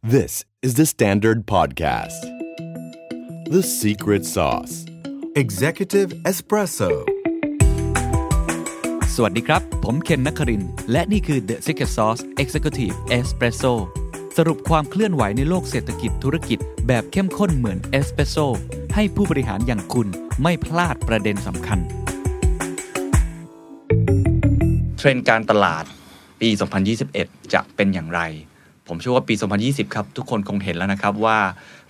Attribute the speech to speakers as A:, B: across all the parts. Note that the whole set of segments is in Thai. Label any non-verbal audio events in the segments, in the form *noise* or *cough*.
A: This is the Standard Podcast. The secret sauce. Executive Espresso.
B: สวัสดีครับ ผมเคนนักครินทร์และนี่คือ The Secret Sauce Executive Espresso สรุปความเคลื่อนไหวในโลกเศรษฐกิจธุรกิจแบบเข้มข้นเหมือนเอสเปรสโซให้ผู้บริหารอย่างคุณไม่พลาดประเด็นสำคัญ
C: เทรนด์การตลาดปี 2021 จะเป็นอย่างไร ผมเชื่อว่าปี 2020 ครับ ทุกคนคงเห็นแล้วนะครับว่า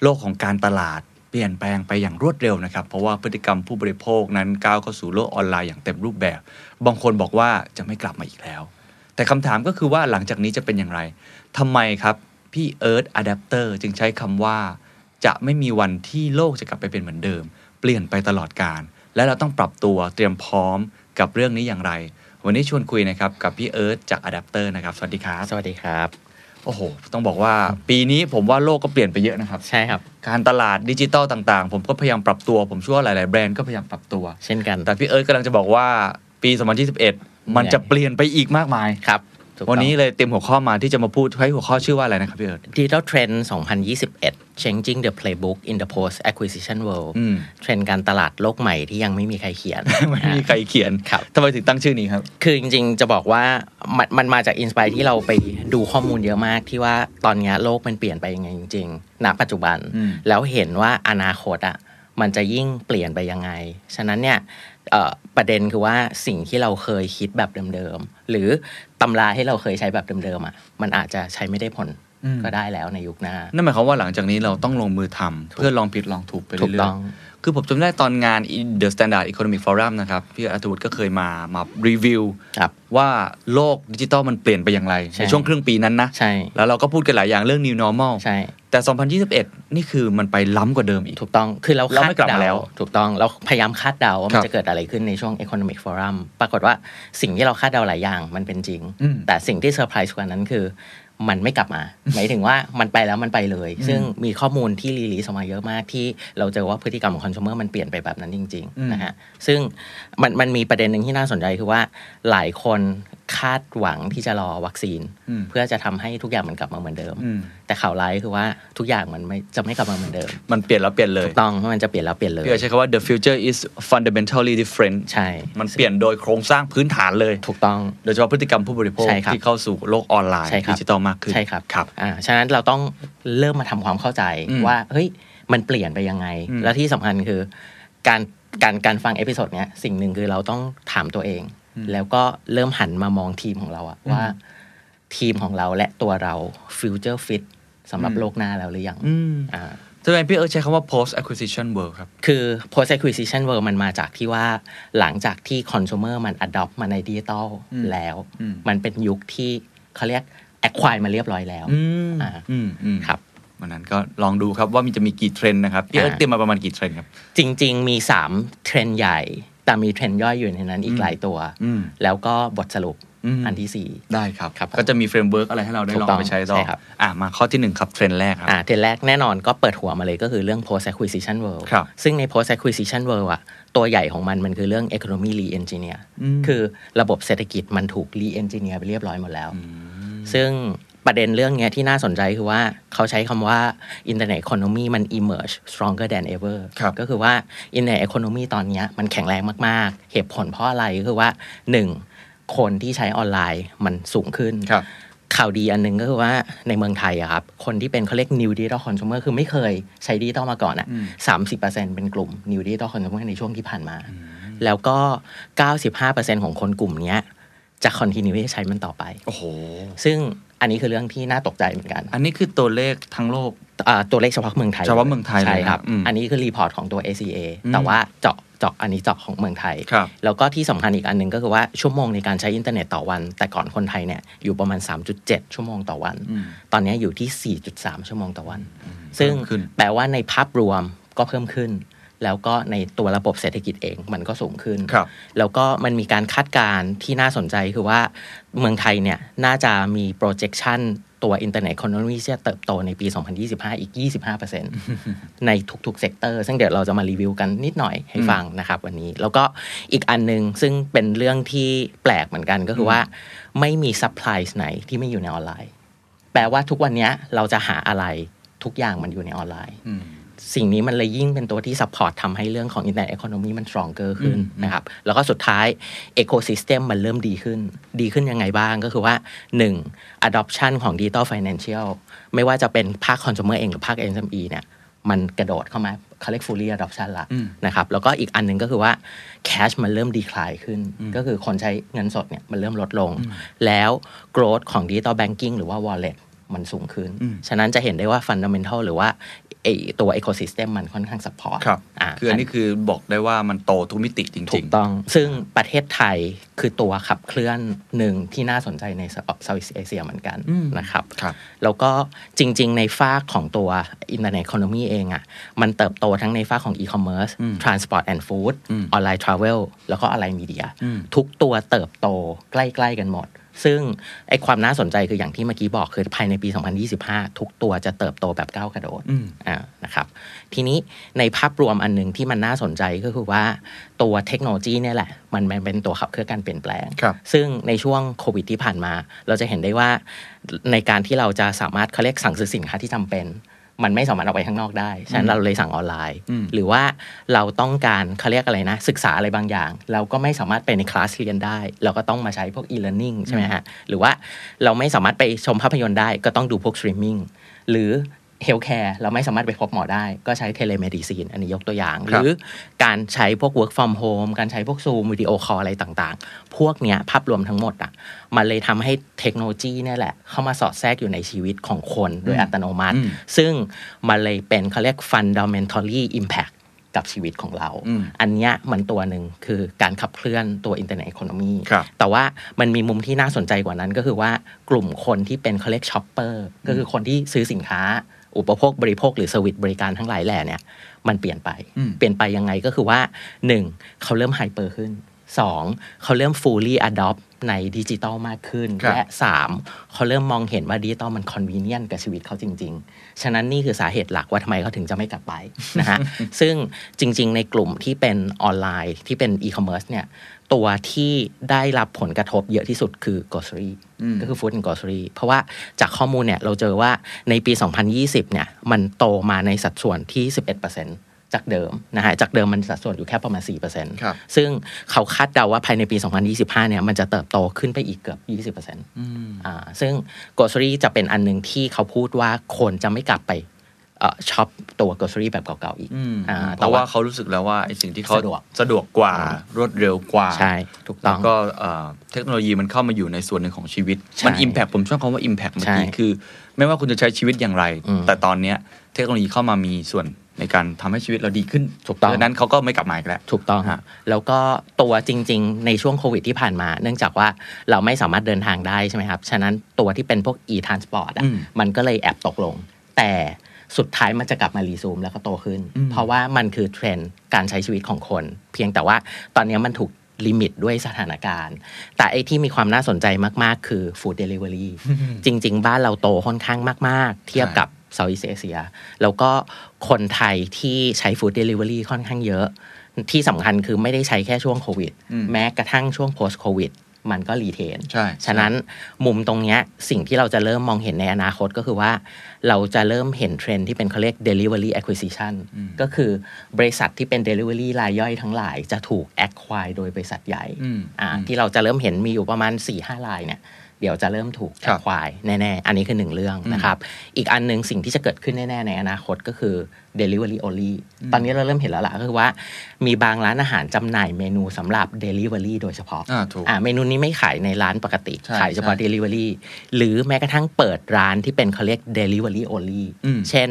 C: โลกของการตลาดเปลี่ยนแปลงไปอย่างรวดเร็วนะครับ เพราะว่าพฤติกรรมผู้บริโภคนั้นก้าวเข้าสู่โลกออนไลน์อย่างเต็มรูปแบบ บางคนบอกว่าจะไม่กลับมาอีกแล้ว แต่คำถามก็คือว่าหลังจากนี้จะเป็นอย่างไรทำไมครับ พี่เอิร์ธอะแดปเตอร์จึงใช้คำว่า จะไม่มีวันที่โลกจะกลับไปเป็นเหมือนเดิม เปลี่ยนไปตลอดการ และเราต้องปรับตัวเตรียมพร้อมกับเรื่องนี้อย่างไร วันนี้ชวนคุยนะครับ กับพี่เอิร์ธจากอะแดปเตอร์นะครับ สวัสดีครับ
D: สวัสดีครับ
C: โอ้โห ต้องบอกว่าปีนี้ผมว่าโลกก็เปลี่ยนไปเยอะนะครับ
D: ใช่ครับ
C: การตลาดดิจิตอลต่างๆ ผมก็พยายามปรับตัว ผมเชื่อว่าหลาย ๆ แบรนด์ก็พยายามปรับตัว
D: เช่นกัน
C: แต่พี่เอิร์ธกำลังจะบอกว่าปี 2021 มันจะเปลี่ยนไปอีกมากมาย
D: ครับถูกต้อง
C: วันนี้เลยเต็มหัวข้อมาที่จะมาพูดให้หัวข้อชื่อว่าอะไรนะครับพี่เอิร์ธ
D: Digital Trend 2021 Changing the Playbook in the Post Acquisition World
C: อืม *laughs*
D: เทรนด์การตลาดโลกใหม่ที่ยังไม่มีใครเขียน
C: ไม่มีใครเขียน
D: ครับ
C: ทำไมถึงตั้งชื่อนี้ครับ
D: คือจริงๆ จะบอกว่ามันมันมาจากอินสปายที่เราไปดูข้อมูลเยอะมากที่ว่าตอนเนี้ยโลกมันเปลี่ยนไปยังไงจริงๆณปัจจุบัน
C: อืม
D: แล้วเห็นว่าอนาคตอ่ะมันจะยิ่งเปลี่ยนไปยังไง ฉะนั้นเนี่ยเอ่อประเด็นคือว่าสิ่งที่เราเคยคิดแบบเดิมๆ หรือตำราที่เราเคยใช้แบบเดิมๆอ่ะมันอาจจะใช้ไม่ได้ผลก็ได้แล้วในยุคหน้า
C: นั่นหมายความว่าหลังจากนี้เราต้องลงมือทำเพื่อลองผิดลองถูกไปเรื่
D: ถูกต้
C: อ
D: อย ง
C: ๆ คือผมจำได้ตอนงาน The Standard Economic Forum นะครับ พี่อัตวุฒิก็เคยมามารีวิว
D: ครับ
C: ว่าโลกดิจิตอลมันเปลี่ยนไปอย่างไร
D: ใช่
C: ในช่วงครึ่งปีนั้นนะ
D: ใช่
C: แล้วเราก็พูดกันหลายอย่างเรื่อง new normal
D: ใช่
C: แต่ 2021 นี่คือมันไปล้ำกว่าเดิมอีก
D: ถูกต้อง คือเรา
C: เรา
D: คา
C: ไม่
D: ด
C: กลับมา
D: เดา
C: แล้ว
D: ถูกต้อง เราพยายามคาดเดาว่า
C: ค
D: มั
C: รั
D: น
C: บ
D: จะเกิดอะไรขึ้นในช่วง Economic Forum ปรากฏว่าสิ่งที่เราคาดเดาหลายอย่างมันเป็นจริง
C: อืม
D: แต่สิ่งที่เซอร์ไพรส์กว่านั้นคือ มันไม่กลับมา หมายถึงว่ามันไปแล้วมันไปเลย ซึ่งมีข้อมูลที่รีลีสออกมาเยอะมากที่เราเจอว่าพฤติกรรมของคอน sumer มันเปลี่ยนไปแบบนั้นจริง
C: อืม
D: ๆนะฮะ ซึ่งมันมันมีประเด็นหนึ่งที่น่าสนใจคือว่าหลายคนคาดหวังที่จะรอวัคซีน
C: อืม
D: เพื่อจะทำให้ทุกอย่างมันกลับมาเหมือนเดิม
C: อืม
D: แต่ข่าวร้ายคือว่าทุกอย่างมันไม่จะไม่กลับมาเหมือนเดิม
C: มันเปลี่ยนแล้วเปลี่ยนเลย
D: ถูกต้องเพราะมันจะเปลี่ยนแล้วเปลี่ยนเลย
C: พี่เอิร์ธใช้คำว่า the future is fundamentally different
D: ใช่
C: มันเปลี่ยนโดยโครงสร้างพื้นฐานเลย
D: ถูกต้อง
C: โดยเฉพาะพฤติกรรมผู้บริโภค
D: ใช่ครับ
C: ที่เข้าสู่โลกออนไลน์
D: ใช่ครับ
C: ดิจิตอลมากขึ้น
D: ใช่ครับ
C: ครับ
D: อ่าฉะนั้นเราต้องเริ่มมาทำความเข้าใจ
C: อืม
D: ว่าเฮ้ยมันเปลี่ยนไปยังไง
C: อืม
D: แล้วที่สำคัญคือการการการฟังเอพิโซดเนี้ยสิ่งหนึ่งคือเราต้องถามตัวเอง แล้วก็เริ่มหันมามองทีมของเราอะ
C: อืม
D: ว่าทีมของเราและตัวเราฟิวเจอร์ฟิตสำหรับ
C: อืม
D: โลกหน้าแล้วหรือยัง
C: อืม
D: อ่า
C: ทำไมพี่เอิร์ธใช้คำว่า post acquisition world ครับ
D: คือ post acquisition world มันมาจากที่ว่าหลังจากที่ consumer มัน adopt มาในดิจิตอล
C: อืม
D: แล้ว
C: อืม
D: มันเป็นยุคที่เขาเรียก acquire มาเรียบร้อยแล้ว
C: อืม
D: อ่า
C: อืมอืม
D: ครับ
C: วันนั้นก็ลองดูครับว่ามันจะมีกี่เทรนด์นะครับพี่เอิร์ธ
D: อ่า
C: เตรียมมาประมาณกี่เทรนด์ครับ
D: จริง ๆ มี 3 เทรนด์ใหญ่ แต่มีเทรนด์ย่อยอยู่ในนั้นอี
C: อื
D: ก
C: ม
D: หลายตัว
C: อืม
D: แล้วก็บทสรุป
C: อืม
D: อันที่
C: ได้ครับ
D: ครับผม
C: ก็จะมีเฟรมเวิร์กอะไรให้เราได้
D: ถู
C: ลอก ง
D: ต้อง
C: ไปใช้ต่อ
D: ใช่ครับ
C: อ่ะมาข้อที่หนึ่งครับ เทรนด์แรกครับ
D: 4อ่าเทรนด์แรกแน่นอนก็เปิดหัวมาเลยก็คือเรื่อง post acquisition world
C: ครับ
D: ซึ่งใน post acquisition world อะตัวใหญ่ของมันมันคือเรื่อง economy re engineer
C: ม
D: คือระบบเศรษฐกิจมันถูก re engineer ไปเรียบร้อยหมดแล้ว
C: ม
D: ซึ่งประเด็นเรื่องเนี้ยที่น่าสนใจคือว่าเขาใช้คำว่า Internet Economy มัน emerge stronger than ever
C: ครับ
D: ก็คือว่า Internet Economy ตอนเนี้ยมันแข็งแรงมาก ๆ เหตุผลเพราะอะไรก็คือว่า 1. คนที่ใช้ออนไลน์มันสูงขึ้น
C: ครับ
D: ข่าวดีอันหนึงก็คือว่าในเมืองไทยอะครับ คนที่เป็นเขาเรียก new digital consumer คือไม่เคยใช้ดิจิตอลมาก่อนอะสามสิบเปอร์เซ็นเป็นกลุ่ม new digital consumer ในช่วงที่ผ่านมา แล้วก็ 95%ของคนกลุ่มเนี้ยจะ continue ที่จะใช้มันต่อไป
C: โอ้โห
D: ซึ่งอันนี้คือเรื่องที่น่าตกใจเหมือนกัน
C: อันนี้คือตัวเลขทั้งโลก
D: อ่าตัวเลขเฉพาะเมืองไทย
C: เฉพาะเมืองไทยเลย
D: ใช่ครับ
C: นะอืม
D: อันนี้คือรีพอร์ตของตัว ACA
C: อืม
D: แต่ว่าเจาะเจาะอันนี้เจาะของเมืองไทย
C: ครับ
D: แล้วก็ที่สำคัญอีกอันหนึ่งก็คือว่าชั่วโมงในการใช้อินเทอร์เน็ตต่อวัน แต่ก่อนคนไทยเนี่ยอยู่ประมาณ 3.7 ชั่วโมงต่อวัน ตอนนี้อยู่ที่ 4.3 ชั่วโมงต่อวัน ซึ่ง
C: เพิ่มขึ้น
D: แปลว่าในภาพรวมก็เพิ่มขึ้น แล้วก็ในตัวระบบเศรษฐกิจเองมันก็สูงขึ้น
C: ครับ
D: แล้วก็มันมีการคาดการณ์ที่น่าสนใจคือว่าเมืองไทยเนี่ย น่าจะมี projection ตัว Internet Economy ที่จะเติบโตในปี 2025 อีก 25%ในทุกๆเซกเตอร์ซึ่งเดี๋ยวเราจะมารีวิวกันนิดหน่อยให้ฟังนะครับวันนี้ แล้วก็อีกอันหนึง ซึ่งเป็นเรื่องที่แปลกเหมือนกันก็คือว่า ไม่มี supplies ไหนที่ไม่อยู่ในออนไลน์ แปลว่าทุกวันเนี้ยเราจะหาอะไรทุกอย่างมันอยู่ในออนไลน์
C: อืม
D: สิ่งนี้มันเลยยิ่งเป็นตัวที่ support ทำให้เรื่องของ internet economy มัน stronger ขึ้น
C: อืม
D: นะครับ แล้วก็สุดท้าย ecosystem มันเริ่มดีขึ้น ดีขึ้นยังไงบ้างก็คือว่า 1. adoption ของ digital financial ไม่ว่าจะเป็นภาค consumer เองหรือภาค SME เนี่ย มันกระโดดเข้ามาเขาเรียก fully adoption ละ
C: อืม
D: นะครับ แล้วก็อีกอันหนึ่งก็คือว่า cash มันเริ่ม decline ขึ้น ก็คือคนใช้เงินสดเนี่ยมันเริ่มลดลง แล้ว growth ของ digital banking หรือว่า wallet มันสูงขึ้น ฉะนั้นจะเห็นได้ว่า fundamental หรือว่าไอตัว ecosystem มันค่อนข้าง support
C: ครับ
D: อ่า
C: คืออันนี้คือบอกได้ว่ามันโตทุกมิติจ
D: ถู
C: ริง
D: กต้อง ซึ่งประเทศไทยคือตัวขับเคลื่อนหนึ่งที่น่าสนใจใน Southeast Asia เหมือนกัน
C: อืม
D: นะครับ
C: ๆ ครับ
D: แล้วก็จริง ๆ ในฝากของตัว Internet Economy เองอะ่ะ มันเติบโตทั้งในฝากของ E-commerce Transport and Food
C: อืม
D: Online Travel แล้วก็ Online Media
C: อืม
D: ทุกตัวเติบโตใกล้ ๆ กันหมด ซึ่งไอความน่าสนใจคืออย่างที่เมื่อกี้บอกคือภายในปี 2025 ทุกตัวจะเติบโตแบบก้าวกระโดด
C: อืม
D: อ่านะครับทีนี้ในภาพรวมอันหนึ่งที่มันน่าสนใจก็คือว่าตัวเทคโนโลยีเนี่ยแหละ มันมันเป็นตัวขับเคลื่อนการเปลี่ยนแปลง
C: ครับ
D: ซึ่งในช่วงโควิดที่ผ่านมา เราจะเห็นได้ว่าในการที่เราจะสามารถเขาเรียกสั่งซื้อสินค้าที่จำเป็น มันไม่สามารถเอาไปข้างนอกได้ ฉะนั้นเราเลยสั่งออนไลน์
C: อืม
D: หรือว่าเราต้องการเขาเรียกอะไรนะ ศึกษาอะไรบางอย่าง เราก็ไม่สามารถไปในคลาสเรียนได้ เราก็ต้องมาใช้พวก e-learning ใช่ไหมฮะหรือว่าเราไม่สามารถไปชมภาพยนตร์ได้ ก็ต้องดูพวก streaming หรือเฮลท์แคร์เราไม่สามารถไปพบหมอได้ ก็ใช้เทเลเมดิซีนอันนี้ยกตัวอย่าง
C: ค
D: ห
C: รับ
D: รือการใช้พวก work from home การใช้พวก Zoom วิดีโอคอลอะไรต่างๆ พวกเนี้ยภาพรวมทั้งหมดอ่ะมันเลยทำให้เทคโนโลยีเนี่ยแหละ เข้ามาสอดแทรกอยู่ในชีวิตของคนโดยอัตโนมัติ
C: อืม
D: ซึ่งมันเลยเป็นเขาเรียก fundamentally impact กับชีวิตของเรา
C: อืม
D: อันเนี้ยมันตัวหนึ่งคือการขับเคลื่อนตัวอินเทอร์เน็ต o อ o นมี
C: ครับ
D: แต่ว่ามันมีมุมที่น่าสนใจกว่านั้นก็คือว่ากลุ่มคนที่เป็นเขาเรียกช็อปเปอร์ก็คือคนที่ซื้อสินค้า อุปโภคบริโภคหรือสวิตบริการทั้งหลายแหล่เนี่ย มันเปลี่ยนไป
C: อืม
D: เปลี่ยนไปยังไงก็คือว่า 1. เขาเริ่มไฮเปอร์ขึ้น 2. เขาเริ่ม fully adopt ในดิจิตอลมากขึ้น
C: ครับ
D: และ 3. เขาเริ่มมองเห็นว่าดิจิตอลมัน convenient กับชีวิตเขาจริง ๆ ฉะนั้นนี่คือสาเหตุหลักว่าทำไมเขาถึงจะไม่กลับไป *laughs* นะฮะ ซึ่งจริง ๆ ในกลุ่มที่เป็นออนไลน์ที่เป็น e-commerce เนี่ย ตัวที่ได้รับผลกระทบเยอะที่สุดคือ grocery ก็คือ food and grocery เพราะว่าจากข้อมูลเนี่ย เราเจอว่าในปี 2020 เนี่ย มันโตมาในสัดส่วนที่ 11%จากเดิมนะฮะ จากเดิมมันสัดส่วนอยู่แค่ประมาณ 4%
C: ครับ
D: ซึ่งเขาคาดเดาว่าภายในปี 2025 เนี่ย มันจะเติบโตขึ้นไปอีกเกือบ 20%อ่าซึ่ง grocery จะเป็นอันหนึ่งที่เขาพูดว่าคนจะไม่กลับไปเอ่อช็อปตัว grocery แบบเก่าๆอีก
C: อืม
D: อ่า
C: เพ
D: แต่
C: ราะ
D: ว่า
C: ว่าเขารู้สึกแล้วว่าไอ้สิ่งที่เขา
D: สะดวก
C: สะดวกกว่ารวดเร็วกว่า
D: ใช่ ถูก
C: แล้
D: ต้อ
C: ว
D: ง
C: ก็เอ่อเทคโนโลยีมันเข้ามาอยู่ในส่วนหนึ่งของชีวิต
D: ใช่
C: มัน Impact ผมชอบคำว่า Impact เมื่อกี้
D: ใช่
C: คือ ไม่ว่าคุณจะใช้ชีวิตอย่างไร
D: อืม
C: แต่ตอนเนี้ยเทคโนโลยีเข้ามามีส่วนในการทำให้ชีวิตเราดีขึ้น
D: ถูกต้อง
C: ดังนั้นเขาก็ไม่กลับมาอีกแล้ว
D: ถูกต้อง
C: ฮะ
D: แล้วก็ตัวจริง ๆ ในช่วงโควิดที่ผ่านมา เนื่องจากว่าเราไม่สามารถเดินทางได้ใช่ไหมครับ ฉะนั้นตัวที่เป็นพวก e-transport อะ
C: อืม
D: มันก็เลยแอบตกลง แต่สุดท้ายมันจะกลับมารีซูมแล้วก็โตขึ้น
C: อืม
D: เพราะว่ามันคือเทรนด์การใช้ชีวิตของคน เพียงแต่ว่าตอนนี้มันถูกลิมิตด้วยสถานการณ์ แต่ไอ้ที่มีความน่าสนใจมาก ๆ คือ food delivery จริง ๆ บ้านเราโตค่อนข้างมาก ๆ เทียบกับ เซาท์อีสเอเชียแล้วก็คนไทยที่ใช้ฟู้ดเดลิเวอรี่ค่อนข้างเยอะ ที่สำคัญคือไม่ได้ใช้แค่ช่วงโควิด
C: อืม
D: แม้กระทั่งช่วง post โควิด มันก็รีเทน
C: ใช่
D: ฉะนั้นมุมตรงเนี้ยสิ่งที่เราจะเริ่มมองเห็นในอนาคตก็คือว่า เราจะเริ่มเห็นเทรนด์ที่เป็นเขาเรียก delivery acquisition ก็คือบริษัทที่เป็น delivery รายย่อยทั้งหลายจะถูก acquire โดยบริษัทใหญ่
C: อืม
D: อ่าที่เราจะเริ่มเห็นมีอยู่ประมาณ4ี่ห้าลายเนี่ยเดี๋ยวจะเริ่มถูก
C: ครับ
D: ควายแน่ ๆ อันนี้คือหนึ่งเรื่องนะครับ อีกอันหนึ่งสิ่งที่จะเกิดขึ้นแน่ ๆ ในอนาคตก็คือ Delivery Only ตอนนี้เราเริ่มเห็นแล้วล่ะก็คือว่า มีบางร้านอาหารจำหน่ายเมนูสำหรับ Delivery โดยเฉพาะ
C: อ่าถูก
D: อ่าเมนูนี้ไม่ขายในร้านปกติ
C: ใช่
D: ขายเฉพาะ
C: ใช่
D: Delivery หรือแม้กระทั่งเปิดร้านที่เป็นเขาเรียก Delivery Only
C: อืม
D: เช่น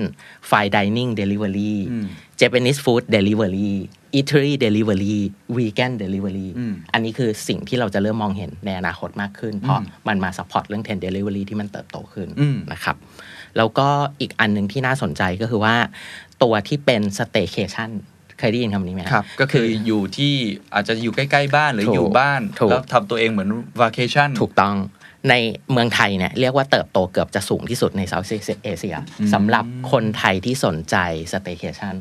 D: Fine Dining Delivery
C: อืม
D: Japanese food delivery eatery delivery vegan delivery
C: อืม
D: อันนี้คือสิ่งที่เราจะเริ่มมองเห็นในอนาคตมากขึ้น เพราะมันมา support เรื่อง trend delivery ที่มันเติบโตขึ้น
C: อืม
D: นะครับ แล้วก็อีกอันหนึ่งที่น่าสนใจก็คือว่า ตัวที่เป็น staycation เคยได้ยินคำนี้ไหม
C: ครับ ก็คืออยู่ที่อาจจะอยู่ใกล้ ๆ บ้านหรือ
D: ถูก
C: อยู่บ้าน
D: ถูก
C: แล้วทำตัวเองเหมือนวาเคชั่น
D: ถูกต้องในเมืองไทยเนี่ยเรียกว่าเติบโตเกือบจะสูงที่สุดในเซาท์เอเชียสำหรับคนไทยที่สนใจสเต a คชัน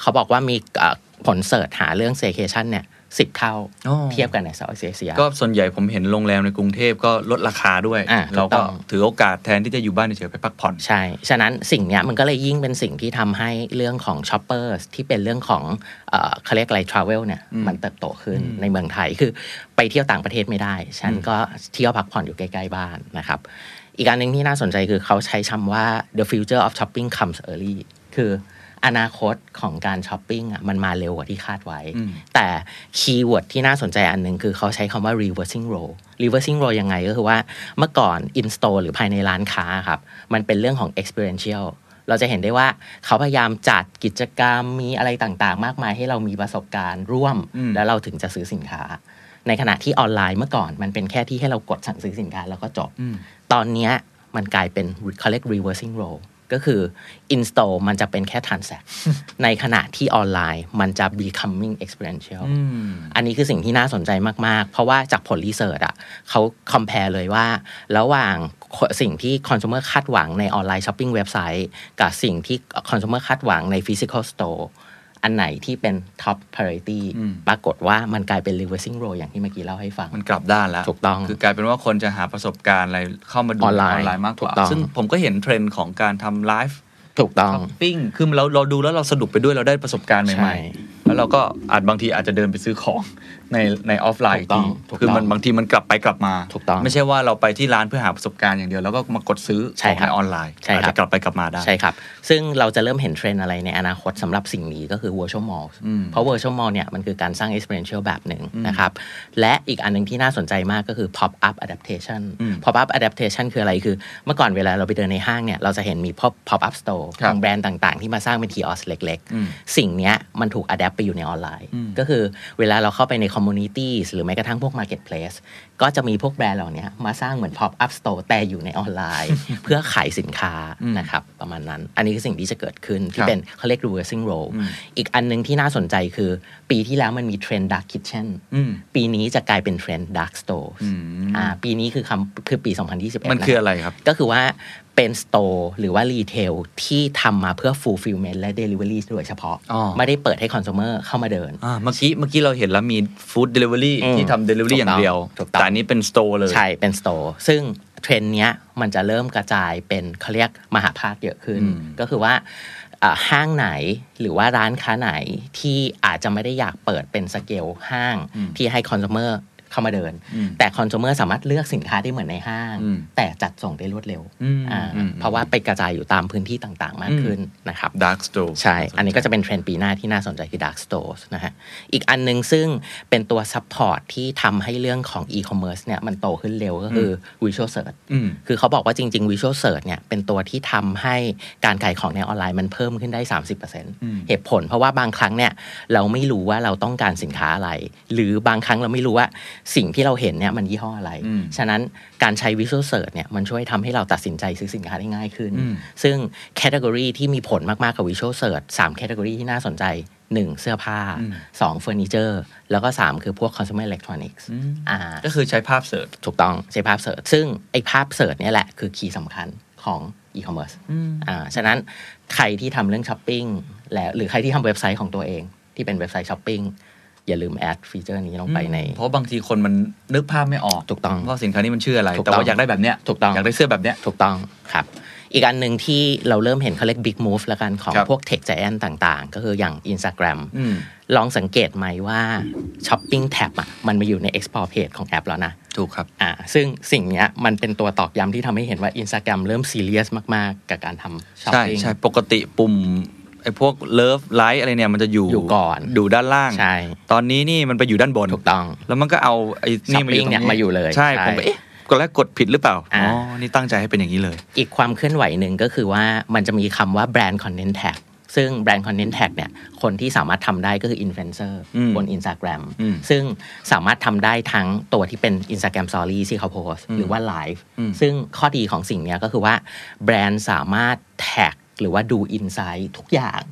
D: เขาบอกว่ามีเอ่อผลเสิร์ชหาเรื่องสเต a คชันเนี่ย 10 เท่า
C: อ๋อ
D: เทียบกันในเซาท์เอเชีย
C: ก็ส่วนใหญ่ผมเห็นโรงแรมในกรุงเทพก็ลดราคาด้วย
D: อ่าถูกต้อง
C: เราก็ถือโอกาสแทนที่จะอยู่บ้านเฉยๆไปพักผ่อน
D: ใช่ ฉะนั้นสิ่งเนี้ยมันก็เลยยิ่งเป็นสิ่งที่ทำให้เรื่องของช็อปเปอร์ที่เป็นเรื่องของเอ่อเขาเรียกอะไรทราเวลเนี่ยมันเติบโตขึ้นในเมืองไทยคือไปเที่ยวต่างประเทศไม่ได้ ฉันก็เที่ยวพักผ่อนอยู่ใกล้ๆบ้านนะครับ อีกอันหนึ่งที่น่าสนใจคือเขาใช้คำว่า the future of shopping comes early คืออนาคตของการช้อปปิ้งอ่ะมันมาเร็วกว่าที่คาดไว้
C: อืม
D: แต่คีย์เวิร์ดที่น่าสนใจอันหนึ่งคือเขาใช้คำว่า reversing role reversing role ยังไงก็คือว่าเมื่อก่อน in store หรือภายในร้านค้าครับ มันเป็นเรื่องของ experiential เราจะเห็นได้ว่าเขาพยายามจัดกิจกรรมมีอะไรต่างๆ มากมายให้เรามีประสบการณ์ร่วม
C: อืม
D: แล้วเราถึงจะซื้อสินค้า ในขณะที่ออนไลน์เมื่อก่อนมันเป็นแค่ที่ให้เรากดสั่งซื้อสินค้าแล้วก็จบ
C: อืม
D: ตอนเนี้ยมันกลายเป็น เขาเรียก reversing role ก็คือ install มันจะเป็นแค่
C: *laughs*
D: transact ในขณะที่ออนไลน์มันจะ becoming experiential
C: อืม
D: อันนี้คือสิ่งที่น่าสนใจมาก ๆ เพราะว่าจากผลรีเสิร์ชอ่ะเขา compare เลยว่า ระหว่างสิ่งที่ consumer คาดหวังในออนไลน์ช้อปปิ้งเว็บไซต์ กับสิ่งที่ consumer คาดหวังใน physical store อันไหนที่เป็น top priority
C: อืม
D: ปรากฏว่ามันกลายเป็น reversing role อย่างที่เมื่อกี้เล่าให้ฟัง
C: มันกลับด้านแล้ว
D: ถูกต้อง
C: คือกลายเป็นว่าคนจะหาประสบการณ์อะไรเข้ามาดู
D: ออนไลน์
C: มากกว่า
D: ถูกต้อง
C: ซึ่งผมก็เห็นเทรนด์ของการทำไลฟ์
D: ถูกต้อง
C: ช้อปปิ้งคือเราเราดูแล้วเราสนุกไปด้วยเราได้ประสบการณ์
D: ใช่
C: ใหม่ๆ แล้วเราก็อาจบางทีอาจจะเดินไปซื้อของในในออฟไลน์
D: ถูกต้อง
C: อีก
D: ถูก
C: คือมัน
D: ต้อง
C: บางทีมันกลับไปกลับมา
D: ถูกต้อง
C: ไม่ใช่ว่าเราไปที่ร้านเพื่อหาประสบการณ์อย่างเดียวแล้วก็มากดซื้อ
D: ใช่
C: ของ
D: ครั
C: ใน
D: บ
C: ออนไลน์
D: ใช่
C: อาจ
D: ครั
C: จะ
D: บ
C: กลับไปกลับมาได้
D: ใช่ครับ ซึ่งเราจะเริ่มเห็นเทรนด์อะไรในอนาคตสำหรับสิ่งนี้ก็คือ virtual mall
C: อืม
D: เพราะ virtual mall เนี่ยมันคือการสร้าง experiential แบบหนึ่งนะครับ และอีกอันหนึงที่น่าสนใจมากก็คือ pop up adaptation
C: อืม
D: pop up adaptation คืออะไรคือ เมื่อก่อนเวลาเราไปเดินในห้างเนี่ยเราจะเห็นมี pop pop up store
C: ครับ
D: ของแบรนด์ต่างๆ ที่มาสร้างเป็น kiosk เล็ก
C: อืม
D: ๆ สิ่งเนี้ยมันถูก adapt ไปอยู่ในออนไลน์
C: อืม
D: ก็คือเวลาเราเข้าไปใน communities หรือแม้กระทั่งพวก marketplace ก็จะมีพวกแบรนด์เหล่าเนี้ยมาสร้างเหมือน pop up store แต่อยู่ในออนไลน์
C: *laughs*
D: เพื่อขายสินค้า
C: อืม
D: นะครับ ประมาณนั้น อันนี้คือสิ่งที่จะเกิดขึ้น
C: ครั
D: ที่
C: บ
D: เป็นเขาเรียก reversing role
C: อืม
D: อีกอันหนึงที่น่าสนใจคือ ปีที่แล้วมันมีเทรนด์ dark kitchen
C: อืม
D: ปีนี้จะกลายเป็นเทรนด์ dark store
C: อืม
D: อ่าปีนี้คือคำคือปี 2021
C: มันคืออะไรครับ
D: ก็คือว่าเป็นสโตร์หรือว่ารีเทลที่ทำมาเพื่อ fulfillment และ delivery โดยเฉพาะ
C: อ๋อ
D: ไม่ได้เปิดให้คอน sumer เข้ามาเดิน
C: อ่าเมื่อกี้เมื่อกี้เราเห็นแล้วมีฟู้ดเดลิเวอรี่
D: อืม
C: ที่ทำเดลิเวอรี่
D: ถู
C: อก
D: ต้
C: ย่า
D: อง
C: งเดียว
D: ถูกต้อง
C: แต่อันนี้เป็นสโตร์เลย
D: ใช่ เป็นสโตร์ซึ่งเทรนด์เนี้ยมันจะเริ่มกระจายเป็นเขาเรียกมหาภาคเยอะขึ้น
C: อืม
D: ก็คือว่าอ่าห้างไหนหรือว่าร้านค้าไหนที่อาจจะไม่ได้อยากเปิดเป็นสเกลห้าง
C: อืม
D: ที่ให้คอน sumer เข้ามาเดิน
C: อืม
D: แต่คอน sumer สามารถเลือกสินค้าได้เหมือนในห้าง
C: อืม
D: แต่จัดส่งได้รวดเร็ว
C: อืม
D: อ่า
C: อืม
D: เพราะว่าไปกระจายอยู่ตามพื้นที่ต่างๆ มากขึ้นนะครับ
C: ดาร์กสโตร์
D: ใช่ อันนี้ก็จะเป็นเทรนด์ปีหน้าที่น่าสนใจคือ dark stores นะฮะ อีกอันหนึ่งซึ่งเป็นตัว support ที่ทำให้เรื่องของ e-commerce เนี่ยมันโตขึ้นเร็วก็คืออ visual search
C: อืม
D: คือเขาบอกว่าจริง ๆ visual search เนี่ยเป็นตัวที่ทำให้การขายของในออนไลน์มันเพิ่มขึ้นได้ 30%
C: ม
D: เหตุผลเพราะว่าบางครั้งเนี่ยเราไม่รู้ว่าเราต้องการสินค้าอะไร หรือบางครั้งเราไม่รู้ว่าสิ่งที่เราเห็นเนี่ยมันยี่ห้ออะไร
C: อืม
D: ฉะนั้นการใช้ visual search เนี่ยมันช่วยทำให้เราตัดสินใจซื้อสินค้าได้ง่ายขึ้น
C: อืม
D: ซึ่งแคตตากรีที่มีผลมาก ๆ กับ Visual Search 3แคตตากรีที่น่าสนใจ 1 เสื้อผ้า
C: อืม
D: 2 เฟอร์นิเจอร์ แล้วก็ 3 คือพวก Consumer Electronics อ่า
C: ก็คือใช้ภาพเสิร์ช
D: ถูกต้องใช้ภาพเสิร์ชซึ่ง ไอ้ภาพเสิร์ชเนี่ยแหละคือคีย์สำคัญของ e-commerce อ่าฉะนั้นใครที่ทำเรื่องช้อปปิ้งแล้วหรือใครที่ทำเว็บไซต์ของตัวเอง ที่เป็นเว็บไซต์ช้อปปิ้งอย่าลืมแอดฟีเจอร์นี้ลงไปใน
C: เพราะบางทีคนมันนึกภาพไม่ออก
D: ถูกต้อง
C: ว่าสินค้านี้มันชื่ออะไร
D: ถูกต้
C: แต่
D: อง
C: ว่าอยากได้แบบเนี้ย
D: ถูกต้อง
C: อยากได้เสื้อแบบเนี้ย
D: ถูกต้องครับ อีกอันหนึ่งที่เราเริ่มเห็นเขาเรียก big move แล้วกันของ
C: ครับ
D: พวก tech giant ต่างๆ ก็คืออย่าง Instagram
C: อืม
D: ลองสังเกตไหมว่าช้อปปิ้งแท็บอ่ะมันมาอยู่ใน explore page ของแอปแล้วนะ
C: ถูกครับ
D: อ่าซึ่งสิ่งเนี้ยมันเป็นตัวตอกย้ำที่ทำให้เห็นว่า Instagram เริ่มซีเรียสมาก ๆ กับการทำช้อป
C: ใช่
D: ปิ้ง
C: ใช่ปกติปุ่มไอ้พวกเลิฟไลท์อะไรเนี่ยมันจะอยู่
D: อยู่ก่อน
C: ดูด้านล่าง
D: ใช่
C: ตอนนี้นี่มันไปอยู่ด้านบน
D: ถูกต้อง
C: แล้วมันก็เอาไอ้นี่มาอยู่ตรง
D: ช้อปปิ้งเนี่ยมาอยู่เลย
C: ใช่
D: ใช่
C: ผมก็เอ๊ะก็แล้วกดผิดหรือเปล่า
D: อ่า
C: อ๋อนี่ตั้งใจให้เป็นอย่างนี้เลย
D: อีกความเคลื่อนไหวหนึ่งก็คือว่ามันจะมีคำว่าแบรนด์คอนเทนต์แท็กซึ่งแบรนด์คอนเทนต์แท็กเนี่ยคนที่สามารถทำได้ก็คืออินฟลูเอนเซอร์
C: อืม
D: บน Instagram
C: อืม
D: ซึ่งสามารถทำได้ทั้งตัวที่เป็น Instagram Story ที่เขาโพสต์หรือว่าไลฟ์
C: อืม
D: ซึ่งข้อดีของสิ่งเนี้ยก็คือว่าแบรนด์สามารถแท็กหรือว่าดูอินไซต์ทุกอย่าง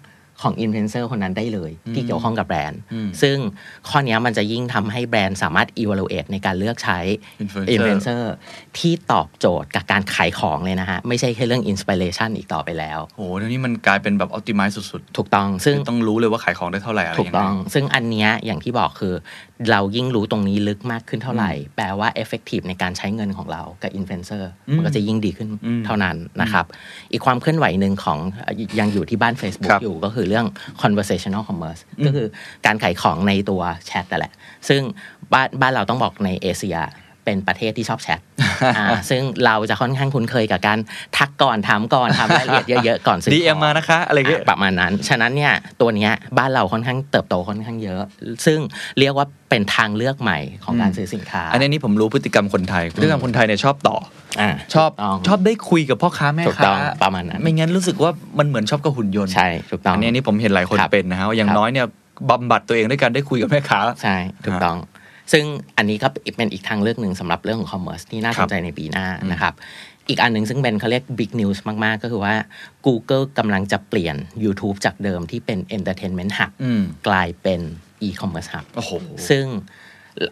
D: ของอินฟลูเอนเซอร์คนนั้นได้เลย ที่เกี่ยวข้องกับแบรนด์
C: อืม
D: ซึ่งข้อเนี้ยมันจะยิ่งทำให้แบรนด์สามารถ evaluate ในการเลือกใช้
C: Influencer
D: นฟลูเอนเซอร์ที่ตอบโจทย์กับการขายของเลยนะฮะ ไม่ใช่แค่เรื่อง inspiration อีกต่อไปแล้ว
C: โหเดี๋ยวนี้มันกลายเป็นแบบออ t ติม z ซสุด
D: ถูกต้อง
C: ๆคื
D: ซึ่ง
C: อต้องรู้เลยว่าขายของได้เท่าไหร่อะไร
D: ถู
C: ยัง
D: ก
C: ไง
D: ต้อง ซึ่งอันเนี้ยอย่างที่บอกคือ เรายิ่งรู้ตรงนี้ลึกมากขึ้นเท่าไหร่ แปลว่า effective ในการใช้เงินของเรากับ influencer มันก็จะยิ่งดีขึ้น
C: อืม
D: เท่านั้นนะครับ อีกความเคลื่อนไหวหนึ่งของเอ่อยังอยู่ที่บ้าน
C: ค
D: Facebook
C: รับ
D: อยู่ก็คือเรื่อง conversational commerce ก็คือการขายของในตัวแชทนั่นแหละ ซึ่งบ้านบ้านเราต้องบอกในเอเชียเป็นประเทศที่ชอบ
C: *laughs*
D: แชท อ่าซึ่งเราจะค่อนข้างคุ้นเคยกับการทักก่อนถามก่อนทำรายละเอียดเยอะๆก่อนซื้อของ
C: DM มานะคะอะไรอย่างเงี้ย
D: ประมาณนั้น ฉะนั้นเนี่ยตัวเนี้ยบ้านเราค่อนข้างเติบโตค่อนข้างเยอะ ซึ่งเรียกว่าเป็นทางเลือกใหม่ของการซื้อสินค้า
C: อันนี้นี่ผมรู้พฤติกรรมคนไทยพฤติกรรมคนไทยเนี่ยชอบต่อ
D: อ่า
C: ชอบ
D: ถูกต้อง
C: ชอบได้คุยกับพ่อค้าแม่
D: ถูกต้
C: ค้า
D: องประมาณนั้น
C: ไม่งั้นรู้สึกว่ามันเหมือนชอบกับหุ่นยนต์
D: ใช่ ถูกต้อง
C: อันนี้อันนี่ผมเห็นหลายคน
D: ครับ
C: เป็นนะฮะว่าอย่าง
D: ครับ
C: น้อยเนี่ยบำบัดตัวเองด้วยการได้คุยกับแม่ค้า
D: ใช่ ถูกต้อง ซึ่งอันนี้ก็เป็นอีกทางเลือกหนึ่งสำหรับเรื่องของคอมเมอร์สที่น่า
C: ค
D: ส
C: รับ
D: นใจในปีหน้านะครับ อีกอันหนึ่งซึ่งเป็นเขาเรียก Big News มาก ๆ ก็คือว่า Google กำลังจะเปลี่ยน YouTube จากเดิมที่เป็น Entertainment Hub
C: อืม
D: กลายเป็น E-commerce Hub
C: โอ้โห
D: ซึ่ง